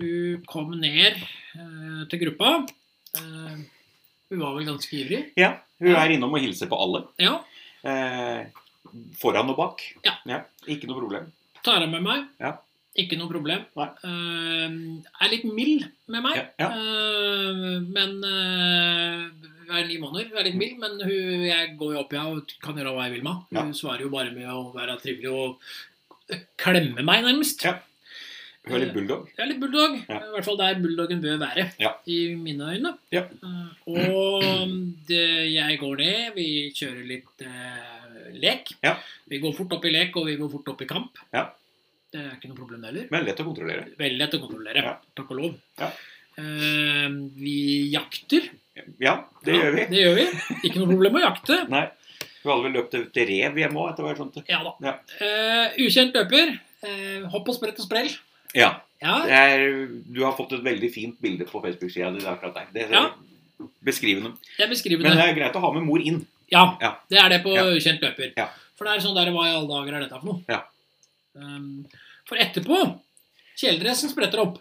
S2: Hun kom ned eh, til gruppa. Eh, Hun var vel ganske ivrig.
S1: Ja, hun
S2: Ja.
S1: er innom og hilser på alle.
S2: Ja.
S1: Eh, foran og bak.
S2: Ja.
S1: Ikke noe problem.
S2: Tar av med meg.
S1: Ja.
S2: Ikke noe problem.
S1: Nei.
S2: Eh, er litt mild med meg.
S1: Ja,
S2: Eh, men eh, Hun er ni måneder, hun er litt mild, men hun, jeg går jo opp i henne og kan gjøre hva jeg vil med henne. Hun svarer jo bare med å være trivelig og klemme meg, nærmest.
S1: Ja. Hun
S2: Eh.
S1: er litt bulldog.
S2: Jeg er litt bulldog.
S1: Ja.
S2: I hvert fall der bulldoggen bør være,
S1: Ja.
S2: i mine øyne.
S1: Ja.
S2: Eh, og det, jeg går ned, vi kjører litt eh, lek.
S1: Ja.
S2: Vi går fort opp i lek, og vi går fort opp i kamp.
S1: Ja.
S2: Det er ikke noe problem det heller.
S1: Men lett å kontrollere.
S2: Veldig lett å kontrollere.
S1: Ja.
S2: Takk og lov.
S1: Ja.
S2: Eh, vi jakter.
S1: Ja, det
S2: Ja,
S1: gjør vi.
S2: Det gjør vi. Ikke noe problem å jakte.
S1: Nei. Hun hadde vel løpt til rev hjemme òg, etter hva jeg skjønte.
S2: Ja da.
S1: Ja.
S2: Eh, ukjent løper. Eh, hopp og sprett og sprell.
S1: Ja.
S2: Ja.
S1: Det er, du har fått et veldig fint bilde på Facebook-sida di akkurat der. Det er
S2: Ja.
S1: beskrivende.
S2: Det er beskrivende.
S1: Men det er greit å ha med mor inn.
S2: Ja,
S1: Ja.
S2: det er det på
S1: Ja.
S2: ukjent løper.
S1: Ja.
S2: For det er sånn der Hva i alle dager er dette for noe?
S1: Ja.
S2: Ehm, for etterpå Kjeledressen spretter opp.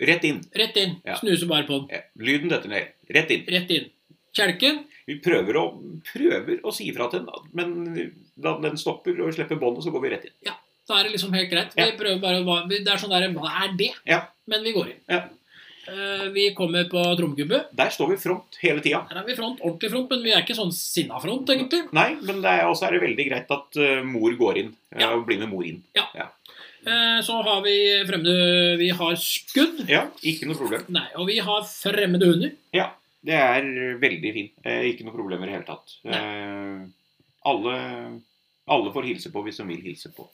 S1: Rett inn.
S2: Rett inn.
S1: Ja.
S2: Snuser bare på den.
S1: Ja, Lyden detter ned. Rett inn.
S2: Rett inn. Kjelken.
S1: Vi prøver å, prøver å si ifra til den, men eh, da den stopper og slipper båndet, så går vi rett inn.
S2: Da er det liksom helt greit. Vi
S1: Ja.
S2: prøver bare å hva- Det er sånn der Hva er det?
S1: Ja.
S2: Men vi går inn.
S1: Ja.
S2: Eh, vi kommer på trommegubbe.
S1: Der står vi front hele tida.
S2: Her er vi i front. Ordentlig front, men vi er ikke sånn sinna front, egentlig.
S1: Nei, men det er også er det veldig greit at eh, mor går inn. eh,
S2: Ja.
S1: Og blir med mor inn.
S2: Eh, så har vi fremmede Vi har skudd.
S1: Ja, ikke noe problem.
S2: Nei, og vi har fremmede hunder.
S1: Det er veldig fint. Eh, ikke noe problemer i det hele tatt. Eh, alle, alle får hilse på hvis de vil hilse på.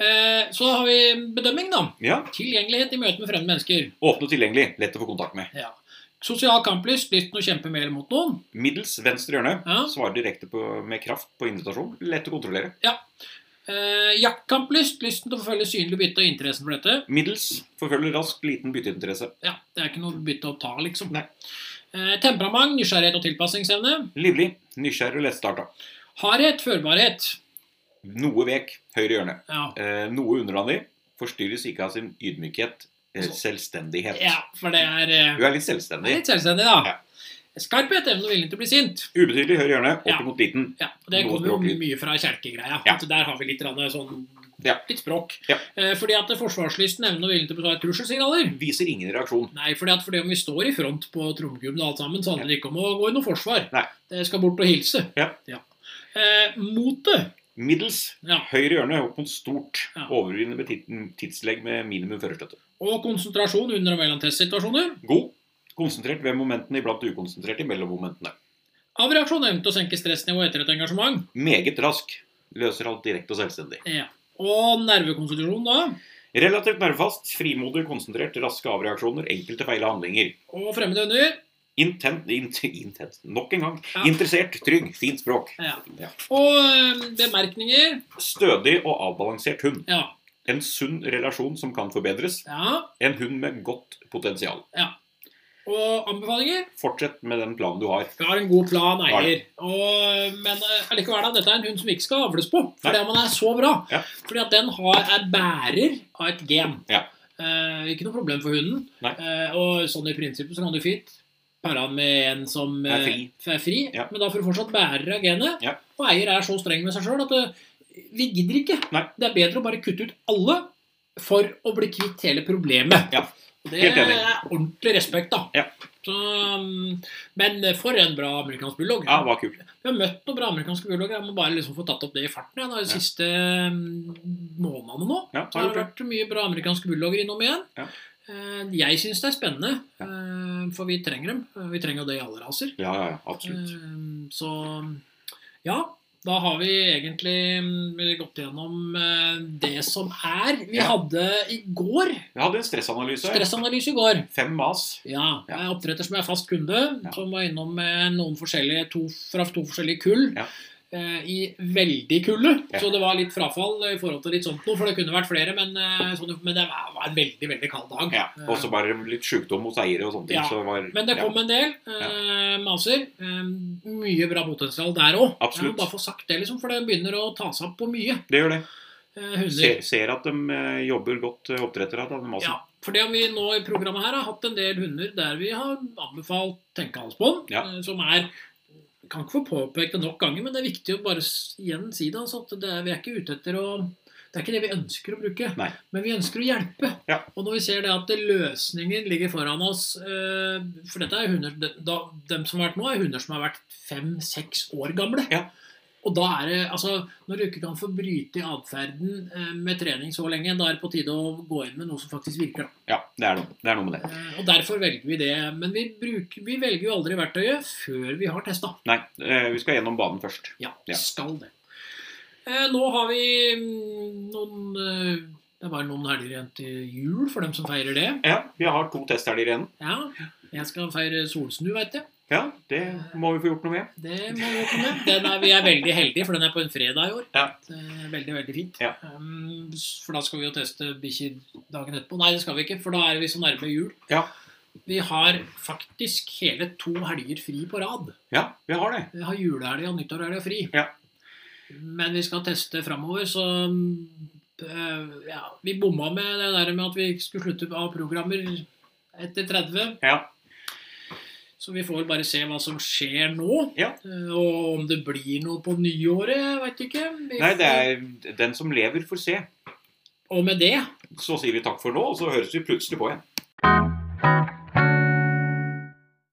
S2: Eh, så har vi bedømming, da.
S1: Ja,
S2: Tilgjengelighet i møte med fremmede mennesker.
S1: Åpne og tilgjengelig. Lett å få kontakt med.
S2: Ja. Sosial kamplyst, lysten å kjempe med eller mot noen.
S1: Middels venstre hjørne.
S2: Ja.
S1: Svarer direkte på, med kraft på invitasjon. Lett å kontrollere.
S2: Eh, jaktkamplyst, lysten til å forfølge synlig bytte og interessen for dette.
S1: Middels forfølger raskt liten bytteinteresse.
S2: Ja, Det er ikke noe bytte å ta, liksom.
S1: Nei.
S2: Eh, temperament, nysgjerrighet og tilpasningsevne.
S1: Livlig, nysgjerrig og lettstarta.
S2: Hardhet, førbarhet.
S1: Noe vek, høyre hjørne.
S2: Ja.
S1: Eh, noe underlandig. Forstyrres ikke av sin ydmykhet. Eh, selvstendighet.
S2: ja, for det er eh,
S1: Hun er litt selvstendig.
S2: litt selvstendig, da. Skarphet, evne og vilje til å bli sint.
S1: Ubetydelig høyre hjørne, opp
S2: Ja.
S1: mot liten.
S2: Ja, og Det
S1: Noe
S2: kommer jo
S1: språklig.
S2: mye fra kjelkegreia.
S1: Ja.
S2: At der har vi litt grann sånn
S1: Ja.
S2: litt språk.
S1: Ja.
S2: Eh, fordi at forsvarslysten, evne og vilje til å betale trusselsignaler.
S1: Viser ingen reaksjon.
S2: Nei, fordi at fordi om vi står i front på trommegubben og alt sammen, så handler det ikke om å gå i noe forsvar.
S1: Nei.
S2: Det skal bort og hilse.
S1: Ja.
S2: Eh, motet.
S1: Middels
S2: Ja.
S1: høyre hjørne, opp mot stort.
S2: Ja.
S1: Overvinner med titten- tidslegg med minimum førerstøtte.
S2: Og konsentrasjon under og mellom testsituasjoner.
S1: God. Konsentrert ved momentene, iblant ukonsentrert i mellommomentene.
S2: Avreaksjon evne til å senke stressnivået etter et engasjement.
S1: Meget rask. Løser alt direkte og selvstendig.
S2: Ja. Og nervekonstitusjon, da.
S1: Relativt nervefast, frimodig, konsentrert, raske avreaksjoner, enkelte feil og handlinger.
S2: Og fremmede hunder.
S1: Intent, int, intent, nok en gang.
S2: Ja.
S1: Interessert, trygg, fint språk.
S2: Ja.
S1: Ja.
S2: Og eh, bemerkninger.
S1: Stødig og avbalansert hund.
S2: Ja.
S1: En sunn relasjon som kan forbedres.
S2: ja.
S1: En hund med godt potensial.
S2: Og anbefalinger.
S1: Fortsett med den planen du har.
S2: Vi har en god plan,
S1: Har
S2: eier. Og, men eh, allikevel, da, dette er en hund som ikke skal avles på. Fordi om den er så bra.
S1: Ja.
S2: Fordi at den har, er bærer av et gen.
S1: Ja.
S2: Eh, ikke noe problem for hunden.
S1: Nei.
S2: Eh, og sånn i prinsippet så kan du fint pare han med en som
S1: Er
S2: eh,
S1: fri.
S2: er fri
S1: Ja.
S2: men da får du fortsatt bærer av genet.
S1: Ja.
S2: Og eier er så streng med seg sjøl at eh, vi gidder ikke.
S1: Nei.
S2: Det er bedre å bare kutte ut alle for å bli kvitt hele problemet.
S1: Ja.
S2: Og Det
S1: Helt enig.
S2: er ordentlig respekt, da.
S1: Ja.
S2: Så, um, men for en bra amerikansk bulldog.
S1: Ja, det var kult.
S2: Vi har møtt noen bra amerikanske bulldogger. Jeg må bare liksom få tatt opp det i farten. Jeg, da, de
S1: Ja.
S2: siste um, månedene nå.
S1: Ja, har
S2: Så har det
S1: gjort det.
S2: vært mye bra amerikanske bulldogger innom igjen.
S1: Ja.
S2: Eh, Jeg syns det er spennende, eh, for vi trenger dem. Eh, Vi trenger jo det i alle raser.
S1: Ja, ja, ja, absolutt.
S2: Eh, Så ja, da har vi egentlig mm, gått gjennom eh, det som er. Vi
S1: Ja.
S2: hadde i går
S1: Jeg hadde en stressanalyse.
S2: stressanalyse i går.
S1: Fem mas.
S2: Ja.
S1: Ja.
S2: Jeg er oppdretter som eh, er fast kunde,
S1: Ja.
S2: som var innom med noen forskjellige, to, fra to forskjellige kull.
S1: Ja.
S2: eh, i veldig kulde.
S1: Ja.
S2: Så det var litt frafall i forhold til litt sånt noe, for det kunne vært flere, men, eh, sånn, men det var var en veldig, veldig kald dag.
S1: Ja, og så bare litt sjukdom hos eiere og sånne ting.
S2: Ja,
S1: så det var,
S2: Men det kom en del eh, maser. Eh, mye bra potensial der òg. Jeg
S1: Absolutt.
S2: må bare få sagt det, liksom, for det begynner å ta seg opp på mye.
S1: ja, det gjør det.
S2: Eh, hunder.
S1: Ser, ser at de eh, jobber godt, eh, oppdrettere. Da, de også.
S2: Ja, for det om vi nå i programmet her har hatt en del hunder der vi har anbefalt tenkehalsbånd,
S1: Ja.
S2: eh, som er kan ikke få påpekt det nok ganger, men det er viktig å bare s- igjen si det. Altså, at det er, vi er ikke ute etter å Det er ikke det vi ønsker å bruke,
S1: Nei.
S2: men vi ønsker å hjelpe.
S1: Ja.
S2: Og når vi ser det at det- løsningen ligger foran oss eh, For dette er hunder de, da, dem som har vært nå, er hunder som har vært fem-seks år gamle.
S1: Ja.
S2: Og da er det, altså, Når du ikke kan få bryte i atferden eh, med trening så lenge, da er det på tide å gå inn med noe som faktisk virker. da.
S1: Ja, det er noe, det er noe med det.
S2: Eh, Og Derfor velger vi det. Men vi, bruker, vi velger jo aldri verktøyet før vi har testa.
S1: Nei, eh, vi skal gjennom banen først.
S2: Ja,
S1: Ja.
S2: skal det. Eh, Nå har vi mm, noen eh, Det er bare noen helger igjen til jul for dem som feirer det.
S1: Ja, vi har to testhelger igjen.
S2: Ja, jeg skal feire solsnu, veit jeg.
S1: Ja, det må vi få gjort noe med.
S2: Det må vi åpne med. Den er, vi er veldig heldige, for den er på en fredag i år.
S1: Ja.
S2: Det er veldig, veldig fint.
S1: Ja.
S2: Um, For da skal vi jo teste bikkjer dagen etterpå. Nei, det skal vi ikke, for da er vi så nærme jul.
S1: Ja.
S2: Vi har faktisk hele to helger fri på rad.
S1: Ja, vi har det.
S2: Vi har julehelg og nyttårshelg og fri.
S1: Ja.
S2: Men vi skal teste framover, så um, eh, ja, Vi bomma med det der med at vi skulle slutte av programmer etter 30.
S1: Ja,
S2: Så vi får bare se hva som skjer nå.
S1: Ja.
S2: Eh, Og om det blir noe på nyåret, veit ikke. Vi
S1: Nei, det er den som lever, får se.
S2: får- Og med det
S1: Så sier vi takk for nå, og så høres vi plutselig på igjen.